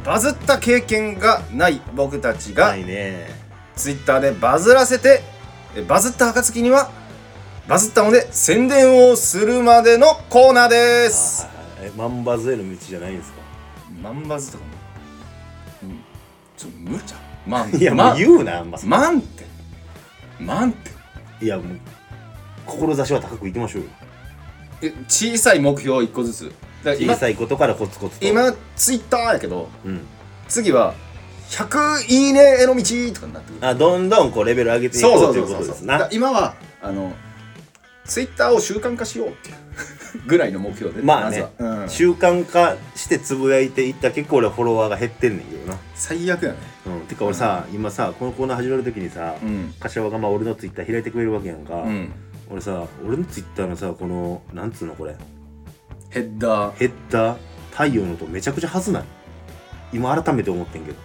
S1: バズった経験がない僕たちが、
S5: ないね
S1: ツイッターでバズらせてえバズった暁にはバズったので宣伝をするまでのコーナーで
S5: あ
S1: す
S5: ーはいはいえ万馬ズへの道じゃないんですか
S1: マンバズとかも、うん、ちょっと無理じゃんマン
S5: いや、
S1: マ
S5: も
S1: ン
S5: う言うな、あんま。
S1: マンってマンって
S5: いや、もう、志は高くいきましょうよ。
S1: え小さい目標一個ずつだから今
S5: 小さいことからコツコツと。
S1: 今ツイッターやけど
S5: うん。
S1: 次は100いいねへの道とかになってくる
S5: あ、どんどんこうレベル上げていこうということです
S1: だから
S5: な。
S1: 今はあのツイッターを習慣化しようっていうぐらいの目標で
S5: まあね
S1: ずは、うん
S5: 習慣化してつぶやいていったら結構俺フォロワーが減ってんねんけどな。
S1: 最悪やね
S5: うん。てか俺さ、今さ、このコーナー始まるときにさ、
S1: うん
S5: 柏がまあ俺のツイッター開いてくれるわけやんか。
S1: うん
S5: 俺さ、俺のツイッターのさ、この、なんつうのこれ、
S1: ヘッダー
S5: ヘッダー、太陽の音めちゃくちゃはずない。今改めて思ってんけど。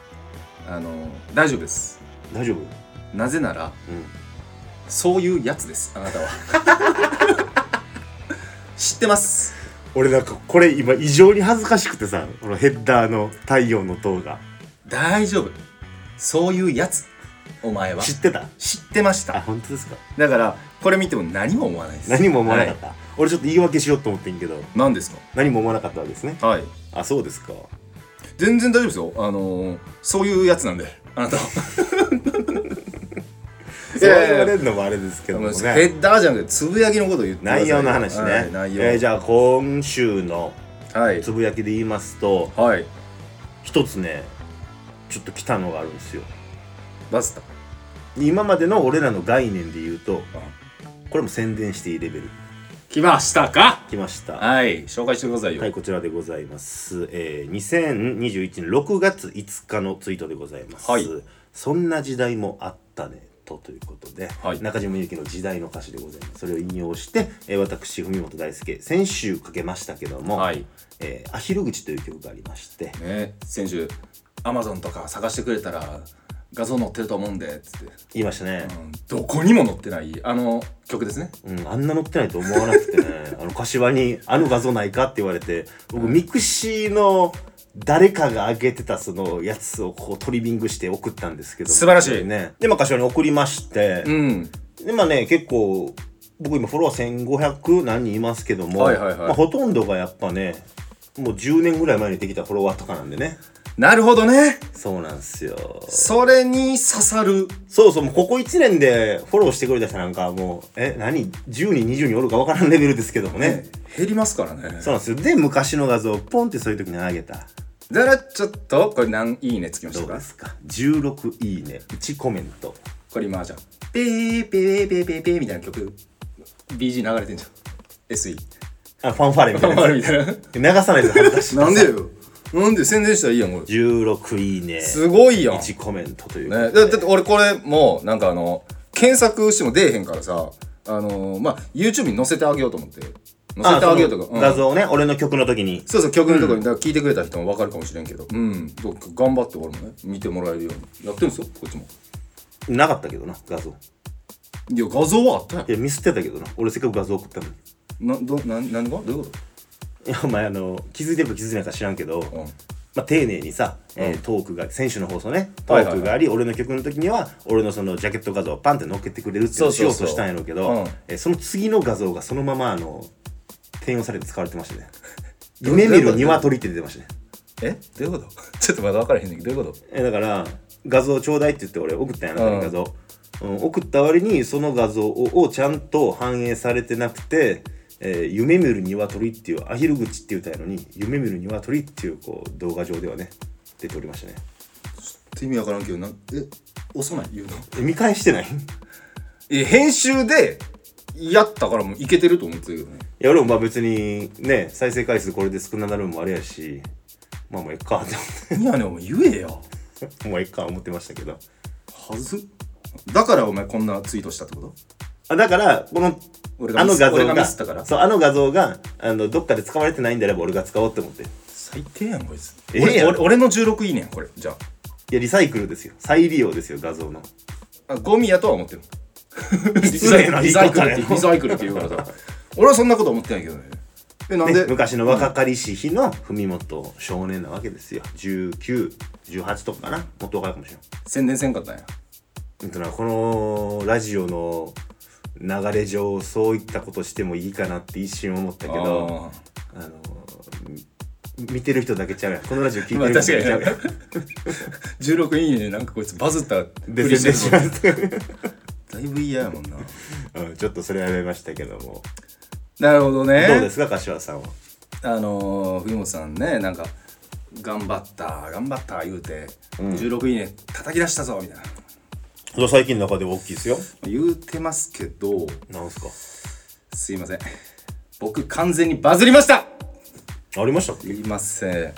S1: あの大丈夫です
S5: 大丈夫
S1: なぜなら
S5: うん。
S1: そういうやつですあなたは (laughs) 知ってます
S5: 俺なんかこれ今異常に恥ずかしくてさこのヘッダーの「太陽の塔」が
S1: 大丈夫そういうやつお前は
S5: 知ってた
S1: 知ってまし
S5: あ
S1: た
S5: 本当ですか
S1: だからこれ見ても何も思わないです
S5: 何も思わなかっ
S1: は
S5: た、俺ちょっと言い訳しようと思ってんけど
S1: い何ですか
S5: 何も思わなかったわけですね
S1: はい
S5: あそうですか
S1: 全然大丈夫ですよあのーそういうやつなんであなたはい
S5: そう
S1: や (laughs) いや
S5: 言わ
S1: いや
S5: れるのもあれですけど
S1: ヘ
S5: もね
S1: ッダーじゃなくてつぶやきのことを言ってください
S5: 内容の話ね、
S1: はい内容、
S5: えーじゃあ今週の
S1: はい
S5: つぶやきで言いますと
S1: はい
S5: 一つねちょっと来たのがあるんですよ
S1: バズっ
S5: 今までの俺らの概念で言うと
S1: た
S5: これも宣伝していいレベル
S1: 来ましたか
S5: 来ましたは
S1: はい紹介してくださいよ
S5: いこちらでございます、えー、2021年6月5日のツイートでございます、
S1: はい
S5: そんな時代もあったねとということで、
S1: はい
S5: 中島みゆきの時代の歌詞でございますそれを引用して、えー、私文本大輔先週かけましたけども「
S1: はい
S5: えーアヒル口」という曲がありまして
S1: ね先週アマゾンとか探してくれたら画像載ってると思うんでつって、
S5: 言いましたね、
S1: うんどこにも載ってないあの曲ですね
S5: うん、あんな載ってないと思わなくてね、 (laughs) あの、柏に、あの画像ないかって言われて、僕、ミクシーの誰かが上げてたそのやつをこうトリミングして送ったんですけど。
S1: 素晴らしい
S5: ね。で、まあ、柏に送りまして、
S1: うん
S5: で、まあね、結構、僕今フォロワー1500何人いますけども、
S1: はいはいはい
S5: まあ、ほとんどがやっぱね、もう10年ぐらい前にできたフォロワーとかなんでね。
S1: なるほどね
S5: そうなんですよ。
S1: それに刺さる
S5: そうそう、もうここ1年でフォローしてくれた人なんかもう、え、何 ?10 人、20人おるかわからんレベルですけどもね
S1: 減りますからね
S5: そうなんですよ。で、昔の画像をポンってそういう時に上げた。
S1: だからちょっとこれ何いいねつきまし
S5: ど
S1: た
S5: うで
S1: か
S5: すか ?16 いいね、1コメント。
S1: これ今じゃんペーペーペーペーペーみたいな曲 BG 流れてんじゃん SE
S5: あ、ファンファーレみたいなや
S1: みたいな
S5: つ。流さないと恥ずかしい。
S1: なんでよ (laughs) なんで宣伝したらいいやんこれ
S5: ?16 いいね、
S1: すごいやん
S5: 1コメントということ
S1: ね、
S5: で
S1: だだって俺これもうなんかあの検索しても出えへんからさあのーまあ YouTube に載せてあげようと思って載せてあげようと
S5: あそ
S1: か、
S5: の
S1: うん
S5: 画像をね、俺の曲の時に。
S1: そうそう曲のとこに、だから聞いてくれた人も分かるかもしれんけどうんどう頑張って俺もね見てもらえるようにやってるんですよこっちも
S5: なかったけどな、画像。
S1: いや画像はあったや
S5: いや、ミスってたけどな。俺せっかく画像送ったのに。
S1: んなどな何がどういうこ
S5: いや、お前あの、気づいてるか気づいてないか知らんけど、
S1: と、うん、
S5: まあ、丁寧にさ、えートークが選手の放送ねト
S1: はい
S5: ー
S1: はいはい
S5: クがあり、俺の曲の時には俺のそのジャケット画像をパンって乗っけてくれるっていうのをし
S1: そう
S5: よ
S1: そうそ
S5: うと
S1: う
S5: したんやろうけ
S1: うん
S5: どえーその次の画像がそのままあの転用されて使われてました
S1: (laughs)
S5: ね夢見る鶏って出てましたね
S1: えどういうことちょっとまだ分からへんねんけどどういうこ
S5: えーだから画像ちょうだいって言って俺送ったんやな、
S1: うん
S5: 画像、うん、送った割にその画像ををちゃんと反映されてなくてえー夢見る鶏っていうアヒル口って言ったんやのに夢見る鶏っていうこう動画上ではね出ておりましたね
S1: と意味分からんけどなんえ押さない言うの
S5: え見返してない (laughs)
S1: え編集でやったからもういけてると思ってたけどね
S5: いや俺もまあ別にね再生回数これで少ななるのもあれやしまあもうえっかって思っ
S1: いやねんお前言えよ
S5: て (laughs) もうえっか思ってましたけど
S1: はずだからお前こんなツイートしたってこと
S5: あだからこの
S1: 俺が
S5: あ
S1: ミ
S5: の
S1: ス
S5: 画像
S1: 俺が
S5: が
S1: ミスったから
S5: そうあの画像があのどっかで使われてないんであれば俺が使おうって思ってい
S1: 最低やんこいつ
S5: ええやん
S1: 俺俺俺の16いいねんこれじゃ
S5: やリサイクルですよ再利用ですよ画像の
S1: ああゴミやとは思ってる (laughs) リ
S5: 失礼な言
S1: リ
S5: い
S1: サイク
S5: 方
S1: ルっ
S5: や
S1: てリサイクルって言うからさ (laughs) 俺はそんなこと思ってないけどねえなん
S5: ね
S1: で、
S5: 昔の若かりし日の文元少年なわけですよ1918とかかなもっと若いかもしれない
S1: 宣伝せんかったんや
S5: うんとなこのラジオの流れ上そういったことしてもいいかなって一瞬思ったけど
S1: あ
S5: あのみ見てる人だけちゃうやんこのラジオ聞い
S1: ま
S5: て
S1: あ
S5: る人だけ
S1: 確
S5: ちゃ
S1: かに
S5: うやん
S1: 16いいねなんかこいつバズった
S5: で
S1: ふりして
S5: 宣
S1: る
S5: 伝します
S1: だいぶ嫌やもんな
S5: うんちょっとそれはやめましたけども
S1: なるほどね
S5: どうですか柏さんは
S1: あのー、藤本さんねなんか「頑張った頑張った」言うて、16いいね叩き出したぞ」みたいな
S5: 最近の中で大きいですよ
S1: 言うてますけど
S5: なんす
S1: すいません僕完全にバズりました
S5: かありましたっけ
S1: 言いません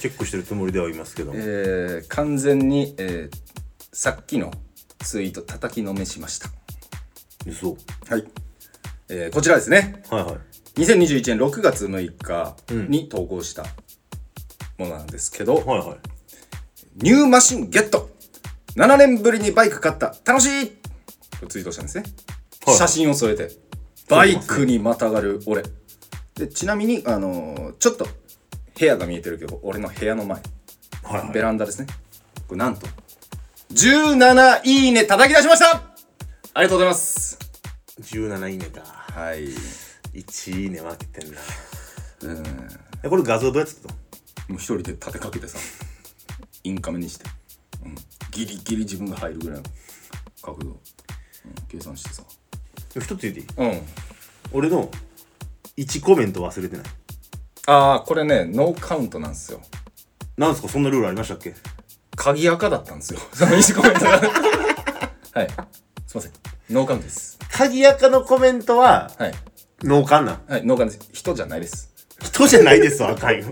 S5: チェックしてるつもりではいますけども
S1: えー、完全に、えーさっきのツイート叩きのめしました
S5: 嘘
S1: はい、えーこちらですね
S5: はいはい
S1: 2021年6月6日に投稿したものなんですけど、
S5: はいはい
S1: ニューマシンゲット !7 年ぶりにバイク買った楽しいとツイートしたんですね。
S5: はい
S1: 写真を添えて。バイクにまたがる俺。で、ちなみに、あのーちょっと部屋が見えてるけど、俺の部屋の前、
S5: はいはい
S1: ベランダですね。これなんと、 17いいね叩き出しましたありがとうございます
S5: 17いいねだ
S1: はい
S5: 1いいね分けてんなえこれ画像どうやってたの
S1: もう一人で立てかけてさインカメにして、うんギリギリ自分が入るぐらいの角度、うん計算してさ
S5: 一つ言っていい
S1: うん
S5: 俺の1コメント忘れてない
S1: ああこれねノーカウントなんですよ
S5: なんすかそんなルールありましたっけ
S1: 鍵垢だったんですよ (laughs) その1コメントがはいすいませんノーカウントです
S5: 鍵垢のコメントは
S1: はい
S5: 脳幹なん
S1: はいノーカウントです人じゃないです
S5: 人じゃないですわあかんよ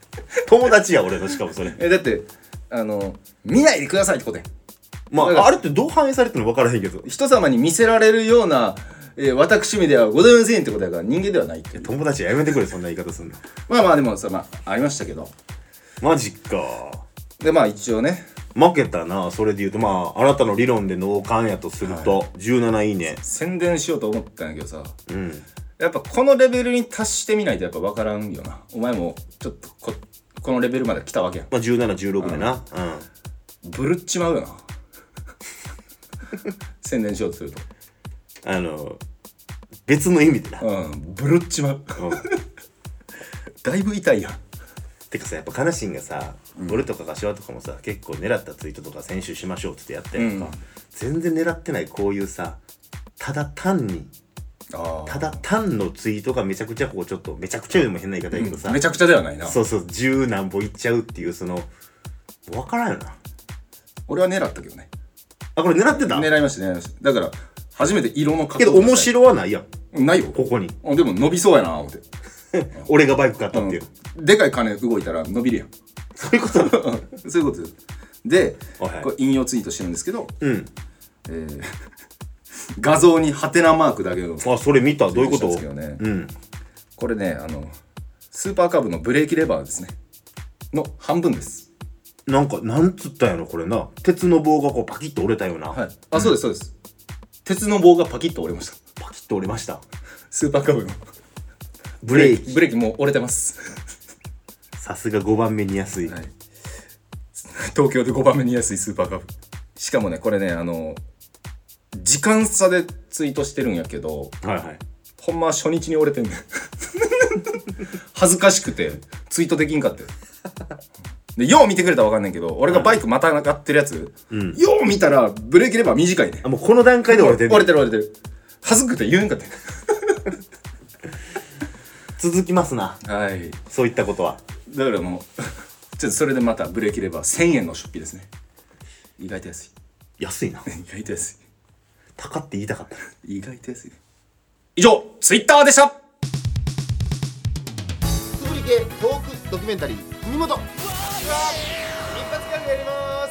S5: (laughs) 友達や俺のしかもそれ
S1: えだってあの見ないでくださいってことや
S5: ま
S1: だから
S5: ああれってどう反映されてるの分からへんけど
S1: 人様に見せられるような、えー私めではございませんってことやから人間ではないっていう
S5: 友達やめてくれそんな言い方すんの
S1: まあまあでもさまあありましたけど
S5: マジか
S1: でまあ一応ね
S5: 負けたなそれで言うとまああなたの理論で脳幹やとすると、17いいね
S1: 宣伝しようと思ったんやけどさ
S5: うん
S1: やっぱこのレベルに達してみないとやっぱ分からんよなお前もちょっとここのレベルまで来たわけやん
S5: まあ1716でなうん
S1: ブルっちま
S5: (laughs)
S1: うよな宣伝しようとすると
S5: あの別の意味
S1: (laughs)
S5: でな、
S1: うんブルっちまう
S5: うん
S1: だいぶ痛いやん
S5: てかさやっぱ悲しいんがさ、俺とか柏とかもさ結構狙ったツイートとか先週しましょうっつってやったやんか、
S1: うん
S5: 全然狙ってないこういうさただ単に
S1: あ
S5: ただ単のツイートがめちゃくちゃこうちょっとめちゃくちゃでも変な言い方やけどさ、
S1: めちゃくちゃではないな
S5: そうそう十何歩いっちゃうっていうその分からんよな
S1: 俺は狙ったけどね
S5: あこれ狙ってた
S1: 狙いましたねだから初めて色の角
S5: けど面白はないやん
S1: ないよ
S5: ここに
S1: あでも伸びそうやな思って、
S5: 俺がバイク買ったっていう、
S1: うんでかい金動いたら伸びるやん
S5: そういうことなの
S1: (laughs) そういうことですで、
S5: はい
S1: これ引用ツイートしてるんですけど、
S5: うん
S1: えー (laughs) 画像にハテナマークだけの
S5: あそれ見たどういうこ
S1: そうで
S5: と、
S1: すけどね
S5: うん
S1: これねあのスーパーカブのブレーキレバーですねの半分です
S5: なんかなんつったんやろこれな鉄の棒がこうパキッと折れたような、
S1: はいあ、そうですそうです鉄の棒がパキッと折れました
S5: パキッと折れました
S1: スーパーカブの
S5: ブレーキ
S1: ブレーキもう折れて (laughs) ます、
S5: さすが5番目に安い、
S1: はい、東京で5番目に安いスーパーカブしかもねこれねあの時間差でツイートしてるんやけど
S5: はいはい
S1: ほんま初日に折れてんねん (laughs) 恥ずかしくてツイートできんかってでよう見てくれたら分かんないけど俺がバイクまたがってるやつ、
S5: ん
S1: よう見たらブレーキレバー短いね
S5: あもうこの段階で折れてる
S1: 折れてる折れてる恥ずくて言えんかって
S5: 続きますな
S1: はい
S5: そういったことは
S1: だからもう (laughs) ちょっとそれでまたブレーキレバー1000円の出費ですね意外と安
S5: 安いない
S1: 意外と安
S5: 高って言いたかった
S1: い意外と安い以上ツイッターでした
S7: つぶり系トークドキュメンタリー見事一発ギャグやりま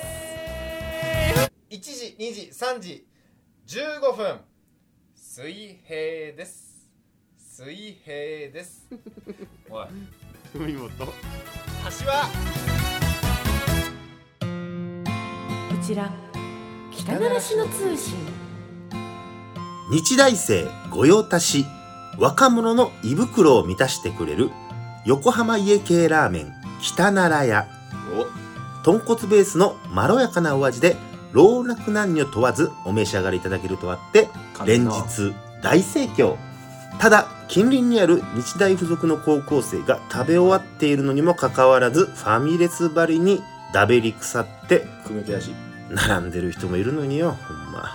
S7: す1時2時3時15分水平です水平です
S1: (laughs)
S7: おい
S6: 文元
S7: 橋は
S8: こちら北ならしの通信
S5: 日大生御用達若者の胃袋を満たしてくれる横浜家系ラーメン北奈良屋豚骨ベースのまろやかなお味で老若男女問わずお召し上がりいただけるとあって連日大盛況ただ近隣にある日大附属の高校生が食べ終わっているのにもかかわらずファミレスばりにだべり腐って
S1: 組み手足
S5: 並んでる人もいるのによほんま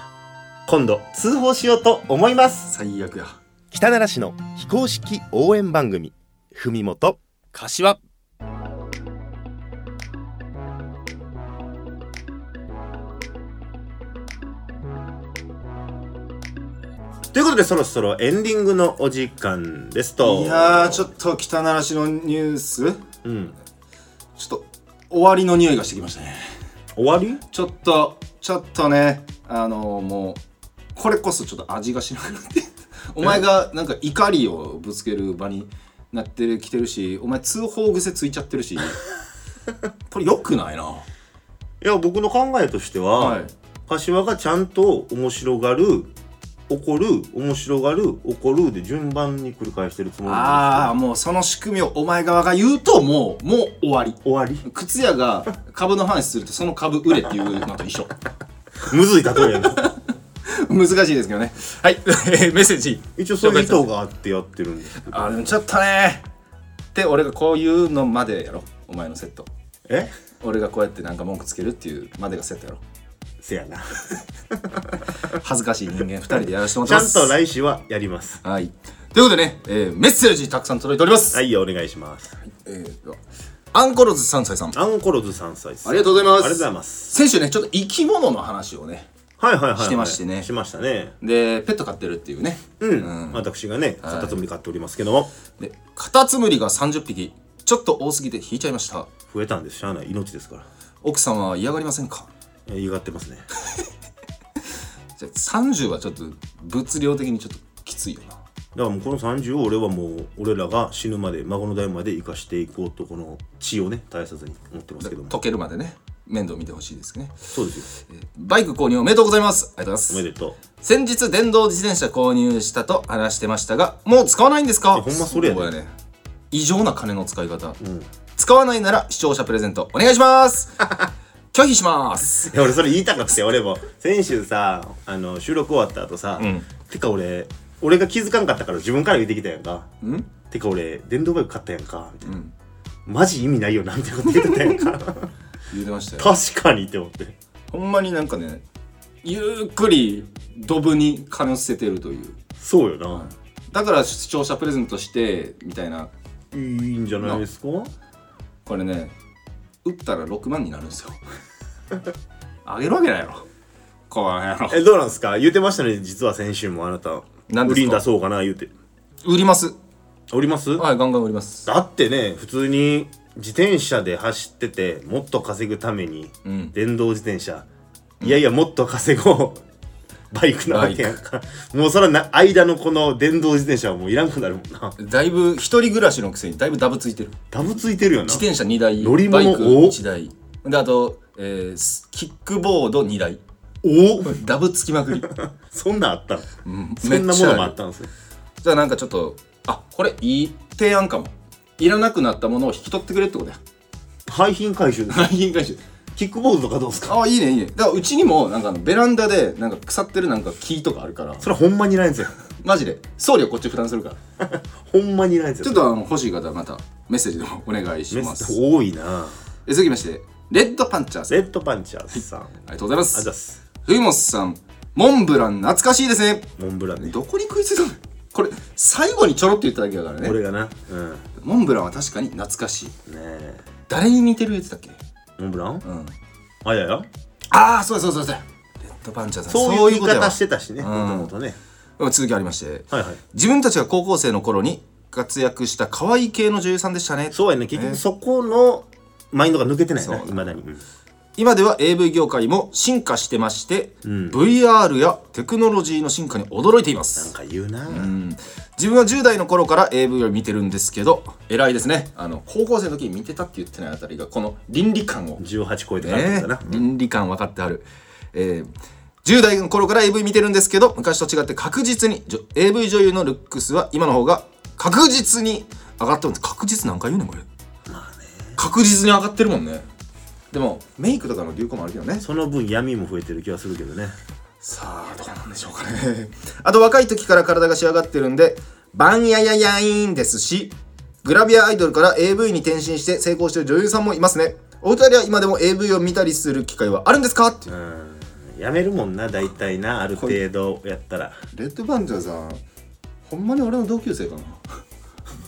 S5: 今度通報しようと思います
S1: 最悪や
S5: 北奈良市の非公式応援番組「ふみもと
S3: 柏
S5: ということでそろそろエンディングのお時間ですと
S1: いやーちょ
S5: っ
S1: っと北ならしのニュースちょ
S5: と、うん、
S1: っと終わりの匂いがしてきましたね
S5: 終わり
S1: ちょっとちょっとねあのもうこれこそちょっと味がしなくなってお前がなんか怒りをぶつける場になってるきてるしお前通報癖ついちゃってるしこれよくないなはい
S5: や僕の考えとしては、
S1: はい
S5: 柏がちゃんと面白がる怒る面白がる怒るで順番に繰り返してるつもり
S1: ああ
S5: なんで
S1: もうその仕組みをお前側が言うともうもう終わり
S5: すけど終わ
S1: 靴屋が株の話するとその株売れっていうのと一緒
S5: りむずい例えやな (laughs)
S1: 難しいですけどねはい (laughs) メッセージ
S5: 一応そういう意図があってやってるんですけど
S1: あでもちょっとねって俺がこういうのまでやろお前のセット
S5: え
S1: 俺がこうやってなんか文句つけるっていうまでがセットやろ
S5: せや (laughs) な
S1: 恥ずかしい人間2人でやらせても
S5: ち
S1: ら
S5: ゃ
S1: って
S5: ん
S1: ます
S5: と来週はやります
S1: はいということでね、えーメッセージたくさん届いております、
S5: はいお願いします
S1: えーではアンコロズ3歳さん
S5: アンコロズ3歳です
S1: ありがとうございます
S5: ありがとうございます
S1: 先週ねちょっと生き物の話をね
S5: はいはいはい、はい、
S1: してましてね
S5: しましたね
S1: でペット飼ってるっていうね
S5: うん、私がねカタツムリ買っておりますけども、
S1: でカタツムリが30匹ちょっと多すぎて引いちゃいました
S5: 増えたんですしゃあない命ですから
S1: 奥さんは嫌がりませんか
S5: えー嫌がってますね
S1: じゃあ30はちょっと物量的にちょっときついよな
S5: だからもうこの30を俺はもう俺らが死ぬまで孫の代まで生かしていこうとこの血をね絶やさずに思ってますけども
S1: 溶けるまでね面倒見てほしいですね
S5: そうですよ
S1: バイク購入おめでとうございますありがとうござい
S5: お
S1: ま
S5: め
S1: す
S5: でとう
S1: 先日電動自転車購入したと話してましたがもう使わないんですか
S5: いやほんまそれやね
S1: う異常な金の使い方、使わないなら視聴者プレゼントお願いします
S5: (laughs)
S1: 拒否します
S5: いや俺それ言いたかったよ俺も先週さあの収録終わった後さ、
S1: ん
S5: てか俺俺が気づかんかったから自分から言ってきたやんか、
S1: ん
S5: てか俺電動バイク買ったやんかみたいな、マジ意味ないよなみたいなこと言ってたやんか
S1: (laughs) 言うてましたよ
S5: 確かにって思って
S1: ほんまになんかねゆっくりドブに金を捨ててるという
S5: そうよな、
S1: だから視聴者プレゼントしてみたいない
S5: いんじゃないですか
S1: これね打ったら6万になるんですよ (laughs) あげるわけないやろこの野郎
S5: えどうなんですか言ってましたね実は先週もあなた
S1: 何ですか
S5: 売りに出そうかな言うて
S1: 売ります
S5: おります
S1: はいガンガン売ります
S5: だってね普通に自転車で走っててもっと稼ぐために、
S1: ん
S5: 電動自転車いやいやもっと稼ごうバイクなわけやんか (laughs) もうそらな間のこの電動自転車はもういらんくなるもんな
S1: だいぶ一人暮らしのくせにだいぶダブついてる
S5: ダブついてるよな
S1: 自転車2台
S5: 乗り
S1: バ
S5: 物
S1: イク
S5: お
S1: 1台であと、えースキックボード2台
S5: おお
S1: ダブつきまくり
S5: そんなんあったの、
S1: ん
S5: そんなものもあったんですよ
S1: じゃあなんかちょっとあこれいい提案かもいらなくなったものを引き取ってくれってことや
S5: 廃品回
S1: (laughs)
S5: 収です
S1: 廃品回収
S5: キックボードとかどうですか
S1: あいいねいいねだからうちにもなんかあのベランダでなんか腐ってるなんか木とかあるから
S5: それほんまにないんですよ
S1: マジで送料こっち負担するから
S5: ほんまにないんですよ
S1: ちょっとあの欲しい方はまたメッセージでもお願いし
S5: メ
S1: ま
S5: ス
S1: す
S5: 多いな
S1: え続きましてレッドパンチャーさん
S5: レッドパンチャーズさん、
S1: ありがとうございま
S5: あ
S1: す
S5: ざっす
S1: 冬本さんモンブラン懐かしいですね
S5: モンブランね
S1: どこに食いついたのこれ最後にちょろって言っただけだから
S5: これ
S1: ね
S5: がなうんね
S1: モンブランは確かに懐かしい
S5: え
S1: 誰に似てるやつだっけ
S5: モンブラン
S1: うん
S5: あやや
S1: ああそうだそうだそうだレッドパンチャーさん
S5: そういう
S1: こ
S5: 言
S1: と
S5: い
S1: や
S5: 方
S1: わ
S5: してたしね
S1: ん
S5: もともとね
S1: うん続きありまして
S5: はいはい
S1: 自分たちが高校生の頃に活躍した可愛い系の女優さんでしたね
S5: そうやね結局そこのマインドが抜けてないないまだにうん
S1: 今では AV 業界も進化してまして、
S5: ん
S1: VR やテクノロジーの進化に驚いていま
S5: なん
S1: す
S5: か言うな
S1: 自分は10代の頃から AV を見てるんですけど偉いですねあの高校生の時に見てたって言ってないあたりがこの倫理観を
S5: 18超えてからって
S1: ね
S5: ことだな
S1: 倫理観分かってある、えー10代の頃から AV 見てるんですけど昔と違って確実にじょ AV 女優のルックスは今の方が確実に上がってます確実なんか言うねんこれ、確実に上がってるもんねでもメイクとかの流行もあるけどね
S5: その分闇も増えてる気はするけどね
S1: さあどうなんでしょうかね (laughs) あと若い時から体が仕上がってるんでバンヤヤヤインですしグラビアアイドルから AV に転身して成功してる女優さんもいますねお二人は今でも AV を見たりする機会はあるんですかって
S5: うんやめるもんな大体なある程度やったら
S1: レッドバンジャーさんほんまに俺の同級生かな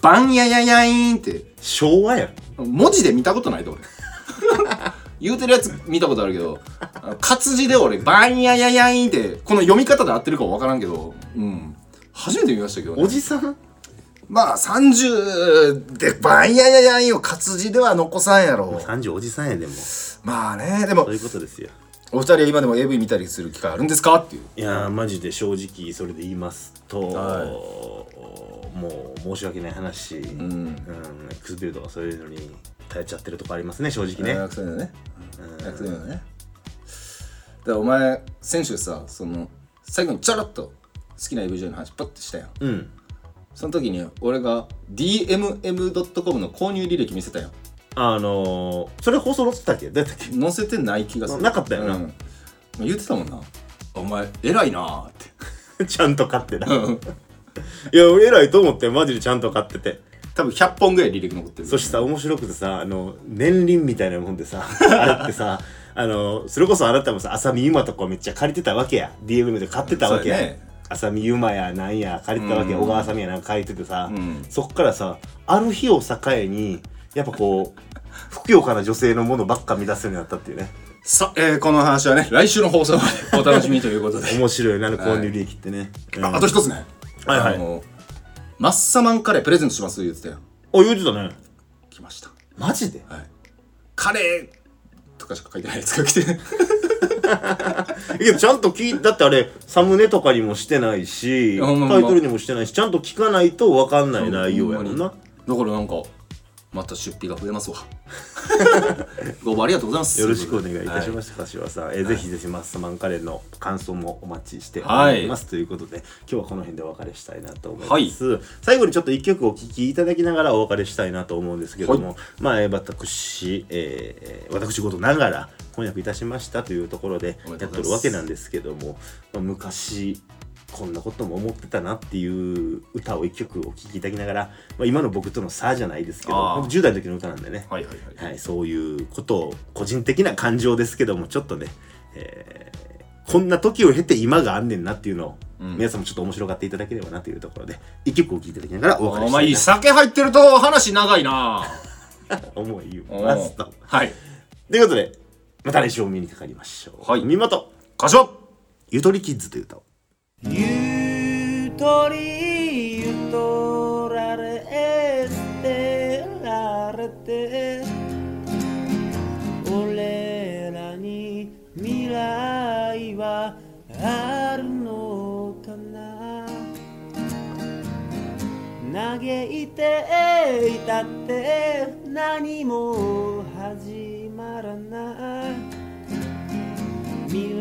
S1: バンヤヤヤインって
S5: 昭和やん
S1: 文字で見たことないで俺言うてるやつ見たことあるけどあの活字で俺バンヤヤヤインってこの読み方で合ってるかわからんけどうん初めて見ましたけど、ね、
S5: おじさん
S1: まあ30でバンヤヤヤインを活字では残さんやろ
S5: 30おじさんやでも
S1: まあねでも
S5: そういうことですよ
S1: お二人は今でも AV 見たりする機会あるんですかっていう
S5: いやーマジで正直それで言いますと、
S1: は
S5: もう申し訳ない話、うんクズビルとかそういうのに頼っちゃってるとこありますね正直ね、
S1: そういうのね約束だよねだからお前先週さその最後にちょろっときな AV 女優の話パッてしたやん
S5: うん
S1: その時に俺が DMM.com の購入履歴見せたやん
S5: あのー、それ放送載ってたっけどうやったっけ
S1: 載せてない気がする
S5: なかったよな
S1: うん言ってたもんなお前偉いなーって
S5: (laughs) ちゃんと買ってた。いや、俺 (laughs) 偉いと思って、マジでちゃんと買ってて。
S1: 多分100本ぐらい履歴残ってる
S5: そしてさ、面白くてさ、あの、年輪みたいなもんでさ、 (laughs) あれってさ、あの、それこそあなたもさ、浅見ゆまとかめっちゃ借りてたわけや。DM で買ってたわけや。
S1: そうやね
S5: 浅見ゆまや、なんや、借りてたわけや。小川浅見やなんか借りててさ、
S1: うん
S5: そっからさ、ある日を境に、やっぱ
S1: (laughs)
S5: こう、ふくよかな女性のものばっか見出すようになったっていうね。
S1: さ、えーこの話はね来週の放送までお楽しみと (laughs) いうことで
S5: 面白いな、あの購入利益ってね。うん
S1: ああと一つね
S5: はいはい
S1: あのマッサマンカレープレゼントします言ってたよ
S5: お、言うてたね。
S1: 来ました
S5: マジで
S1: カレーとかしか書いてないやつが来て
S5: いやちゃんと聞いだってあれサムネとかにもしてないし
S1: ほんま
S5: タイトルにもしてないしちゃんと聞かないと分かんない内容やもんな
S1: だからなんかまた出費が増えますわご応募ありがとうございます
S5: よろしくお願いいたし
S1: は
S5: ます、柏さん、えーぜひぜひマッサマンカレーの感想もお待ちしております、ということで今日はこの辺でお別れしたいなと思います、最後にちょっと一曲お聴きいただきながらお別れしたいなと思うんですけども、まあ、えー私、えー私事ながら翻訳いたしましたというところで
S1: おめで
S5: やっ
S1: とうござ
S5: とる
S1: いま
S5: わ
S1: す
S5: けなんですけども、まあ昔こんなことも思ってたなっていう歌を一曲お聴きいただきながら、まあ、今の僕との差じゃないですけど
S1: あー
S5: 僕10代の時の歌なんでね、
S1: はいはいはい
S5: はい、そういうことを個人的な感情ですけどもちょっとね、えーこんな時を経て今があんねんなっていうのを、
S1: うん
S5: 皆さんもちょっと面白がっていただければなというところで一曲を聴いていただきながらお別れ
S1: お
S5: した
S1: 前
S5: いな
S1: 酒入ってると話長いな
S5: と思い
S1: お
S5: ますと。
S1: はい
S5: ということでまた来週お目にかかりましょう。
S1: はい
S5: 見事
S1: 柏
S5: ゆとりキッズという歌を
S2: ゆとりゆとられ捨てられて俺らに未来はあるのかな嘆いていたって何も始まらない未来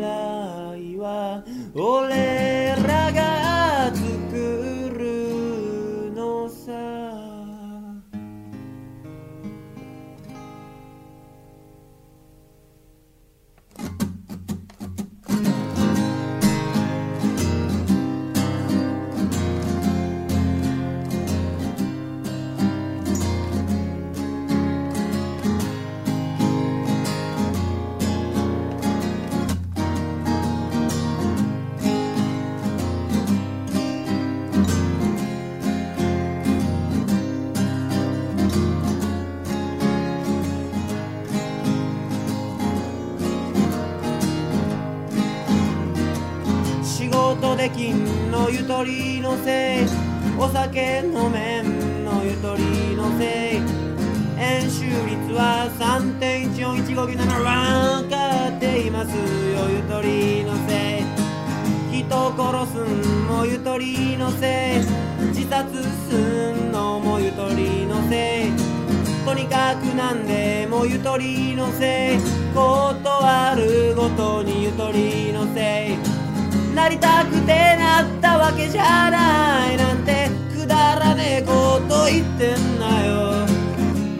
S2: は俺らが作るのさ仕事できんのゆとりのせいお酒飲めんのゆとりのせい円周率は3.141597わかっていますよゆとりのせい人を殺すんもゆとりのせい自殺すんのもゆとりのせいとにかくなんでもゆとりのせいことあるごとにゆとりのせいなりたくてなったわけじゃないなんてくだらねえこと言ってんなよ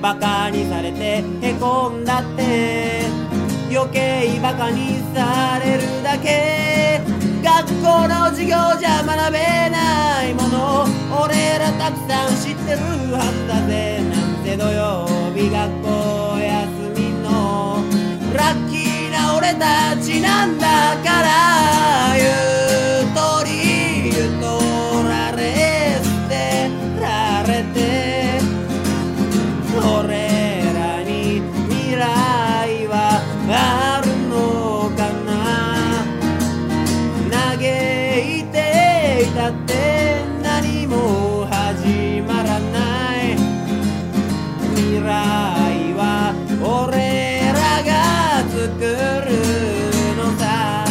S2: バカにされてへこんだって余計バカにされるだけ学校の授業じゃ学べないもの俺らたくさん知ってるはずだぜなんて土曜日学校休みのラッキーな俺たちなんだからゆとりゆとられ捨てられて俺らに未来はあるのかな嘆いていたって何も始まらない未来は俺らが作るのさ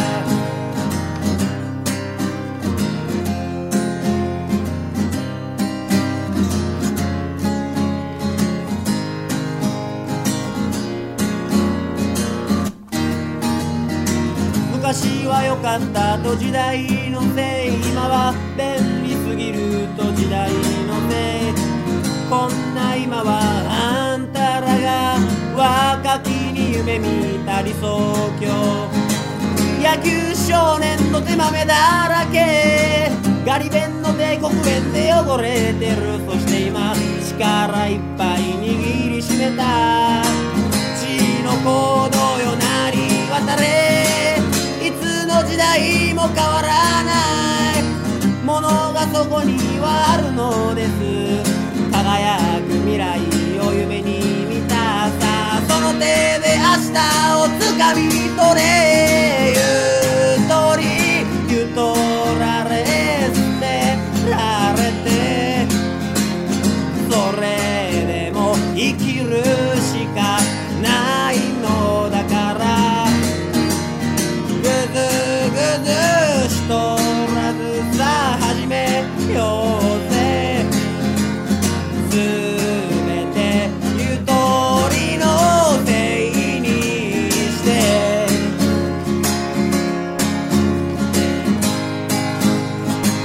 S2: 昔昔は良かったと時代のせい今は便利すぎると時代のせいこんな今はあんたらが若きに夢見た理想郷野球少年の手豆だらけガリ弁の帝国園で汚れてるそして今力いっぱい握りしめた地の行動よなり渡れいつの時代も変わらないものがそこにはあるのです輝く未来を夢に見たさその手で明日をつかみ取れゆとりゆとられ捨てられてそれでも生きるしかないのだからぐずぐずしとらずさ始めようぜすべてゆとりのせいにして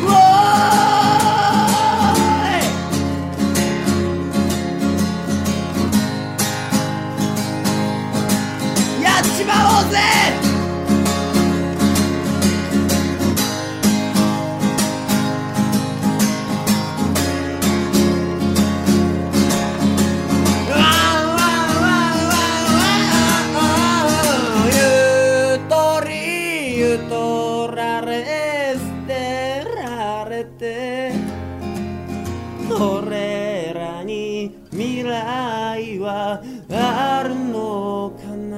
S2: おーいやっちまおうぜゆとりゆとられ捨てられて俺らに未来はあるのかな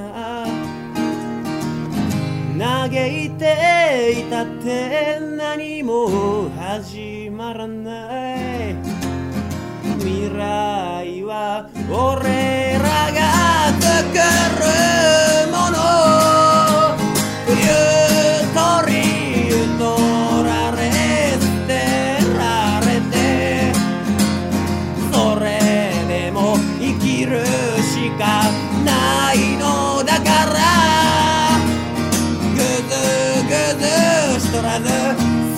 S2: 嘆いていたって何も始まらない未来は俺らが作るものゆとりゆとられ捨てられてそれでも生きるしかないのだからぐずぐずしとらず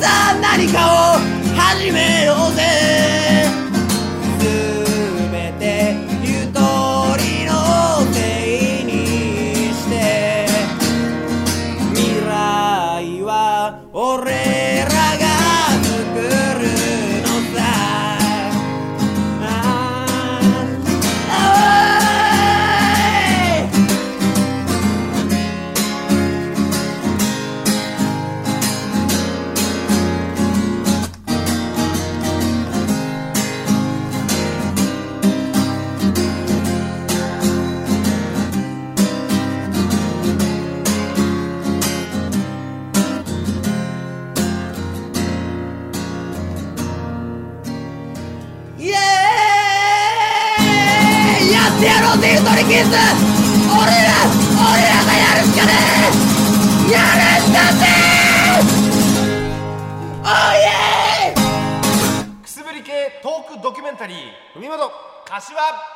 S2: さあ何かを始めようぜすべてゆとりのせいにして未来は俺らが作るのさああおいイエーイやってやろうぜゆとりキッズ俺ら俺らがやるしかねえやるんだぜおいえ
S7: くすぶり系トークドキュメンタリー海本柏